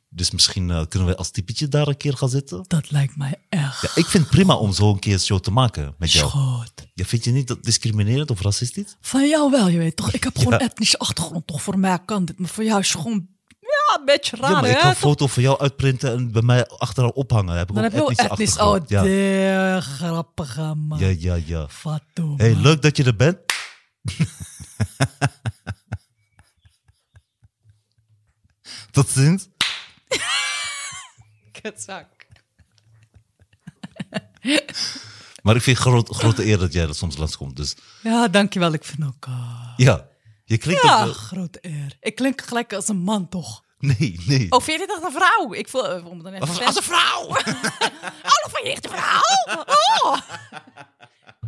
Speaker 3: Dus misschien eh, kunnen we als typetje daar een keer gaan zitten.
Speaker 4: dat lijkt mij echt
Speaker 3: Ja, ik vind het prima om zo'n keer show te maken met jou.
Speaker 4: goed.
Speaker 3: Ja, vind je niet dat discriminerend of racistisch?
Speaker 4: Van jou wel, je weet toch? Ik heb gewoon etnische achtergrond, toch? Voor mij kan dit, maar voor jou is het gewoon ja, een beetje raar,
Speaker 3: ja, maar ik
Speaker 4: hè?
Speaker 3: kan een
Speaker 4: Toch?
Speaker 3: foto van jou uitprinten en bij mij achteraan ophangen. Heb ik
Speaker 4: Dan
Speaker 3: ook
Speaker 4: heb je wel
Speaker 3: etnische
Speaker 4: etnisch. Oh,
Speaker 3: achtergrond. ja.
Speaker 4: de grappige man.
Speaker 3: ja, ja, ja.
Speaker 4: Fatou.
Speaker 3: Hey, leuk dat je er bent. [laughs] Tot ziens.
Speaker 4: [laughs] Kutzak.
Speaker 3: [laughs] Maar ik vind het groot, grote eer dat jij er soms langskomt. Dus
Speaker 4: Ja, dankjewel. Ik vind ook... eh,
Speaker 3: ja, je klinkt ook
Speaker 4: ja,
Speaker 3: wel-
Speaker 4: grote eer. Ik klink gelijk als een man, toch?
Speaker 3: Nee, nee.
Speaker 4: Oh, vind je dit echt een vrouw? Ik voel... eh, om dan even
Speaker 3: Als- als een
Speaker 4: [laughs]
Speaker 3: vrouw!
Speaker 4: Oh, van je echt een vrouw? Oh.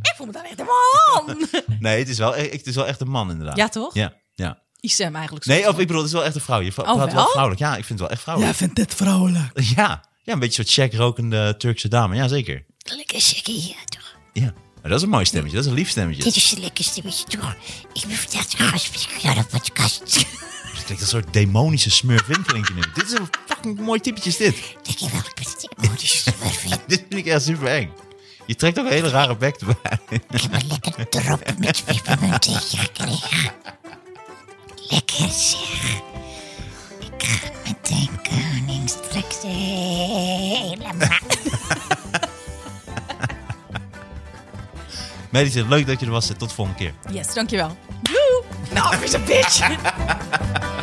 Speaker 4: ik voel me dan echt een man.
Speaker 3: Nee, het is, wel, e- het is wel echt een man inderdaad.
Speaker 4: Ja, toch?
Speaker 3: Ja, ja.
Speaker 4: Isem eigenlijk.
Speaker 3: Nee, of ik bedoel, het is wel echt een vrouw.
Speaker 6: Oh,
Speaker 3: Je praat wel
Speaker 4: wel?
Speaker 3: vrouwelijk. Ja, ik vind het wel echt vrouwelijk.
Speaker 4: Jij vindt dit vrouwelijk.
Speaker 3: Ja, ja een beetje zo'n check rokende Turkse dame. Ja, zeker.
Speaker 6: Lekker chickie, ja toch?
Speaker 3: Ja. Maar dat is een mooi stemmetje. Dat is een lief stemmetje.
Speaker 6: Dit is een lekker stemmetje, toch? Ik ben vandaag de gast van de Jaren
Speaker 3: [laughs]
Speaker 6: Podcast.
Speaker 3: Het klinkt als een soort demonische smurfinkeling nu. Dit is een fucking mooi typetje is dit.
Speaker 6: Denk je wel, ik ben het emoties verwend.
Speaker 3: [laughs] Dit vind ik echt super eng. Je trekt ook een hele rare bek [laughs] erbij.
Speaker 6: Ik heb een lekker drop met peppermunt tegen gekregen. Lekker zeg. Ik ga meteen koning straks helemaal...
Speaker 3: Medici, leuk dat je er was. Tot de volgende keer.
Speaker 4: Yes, dankjewel. Doei. Nou, is een bitch.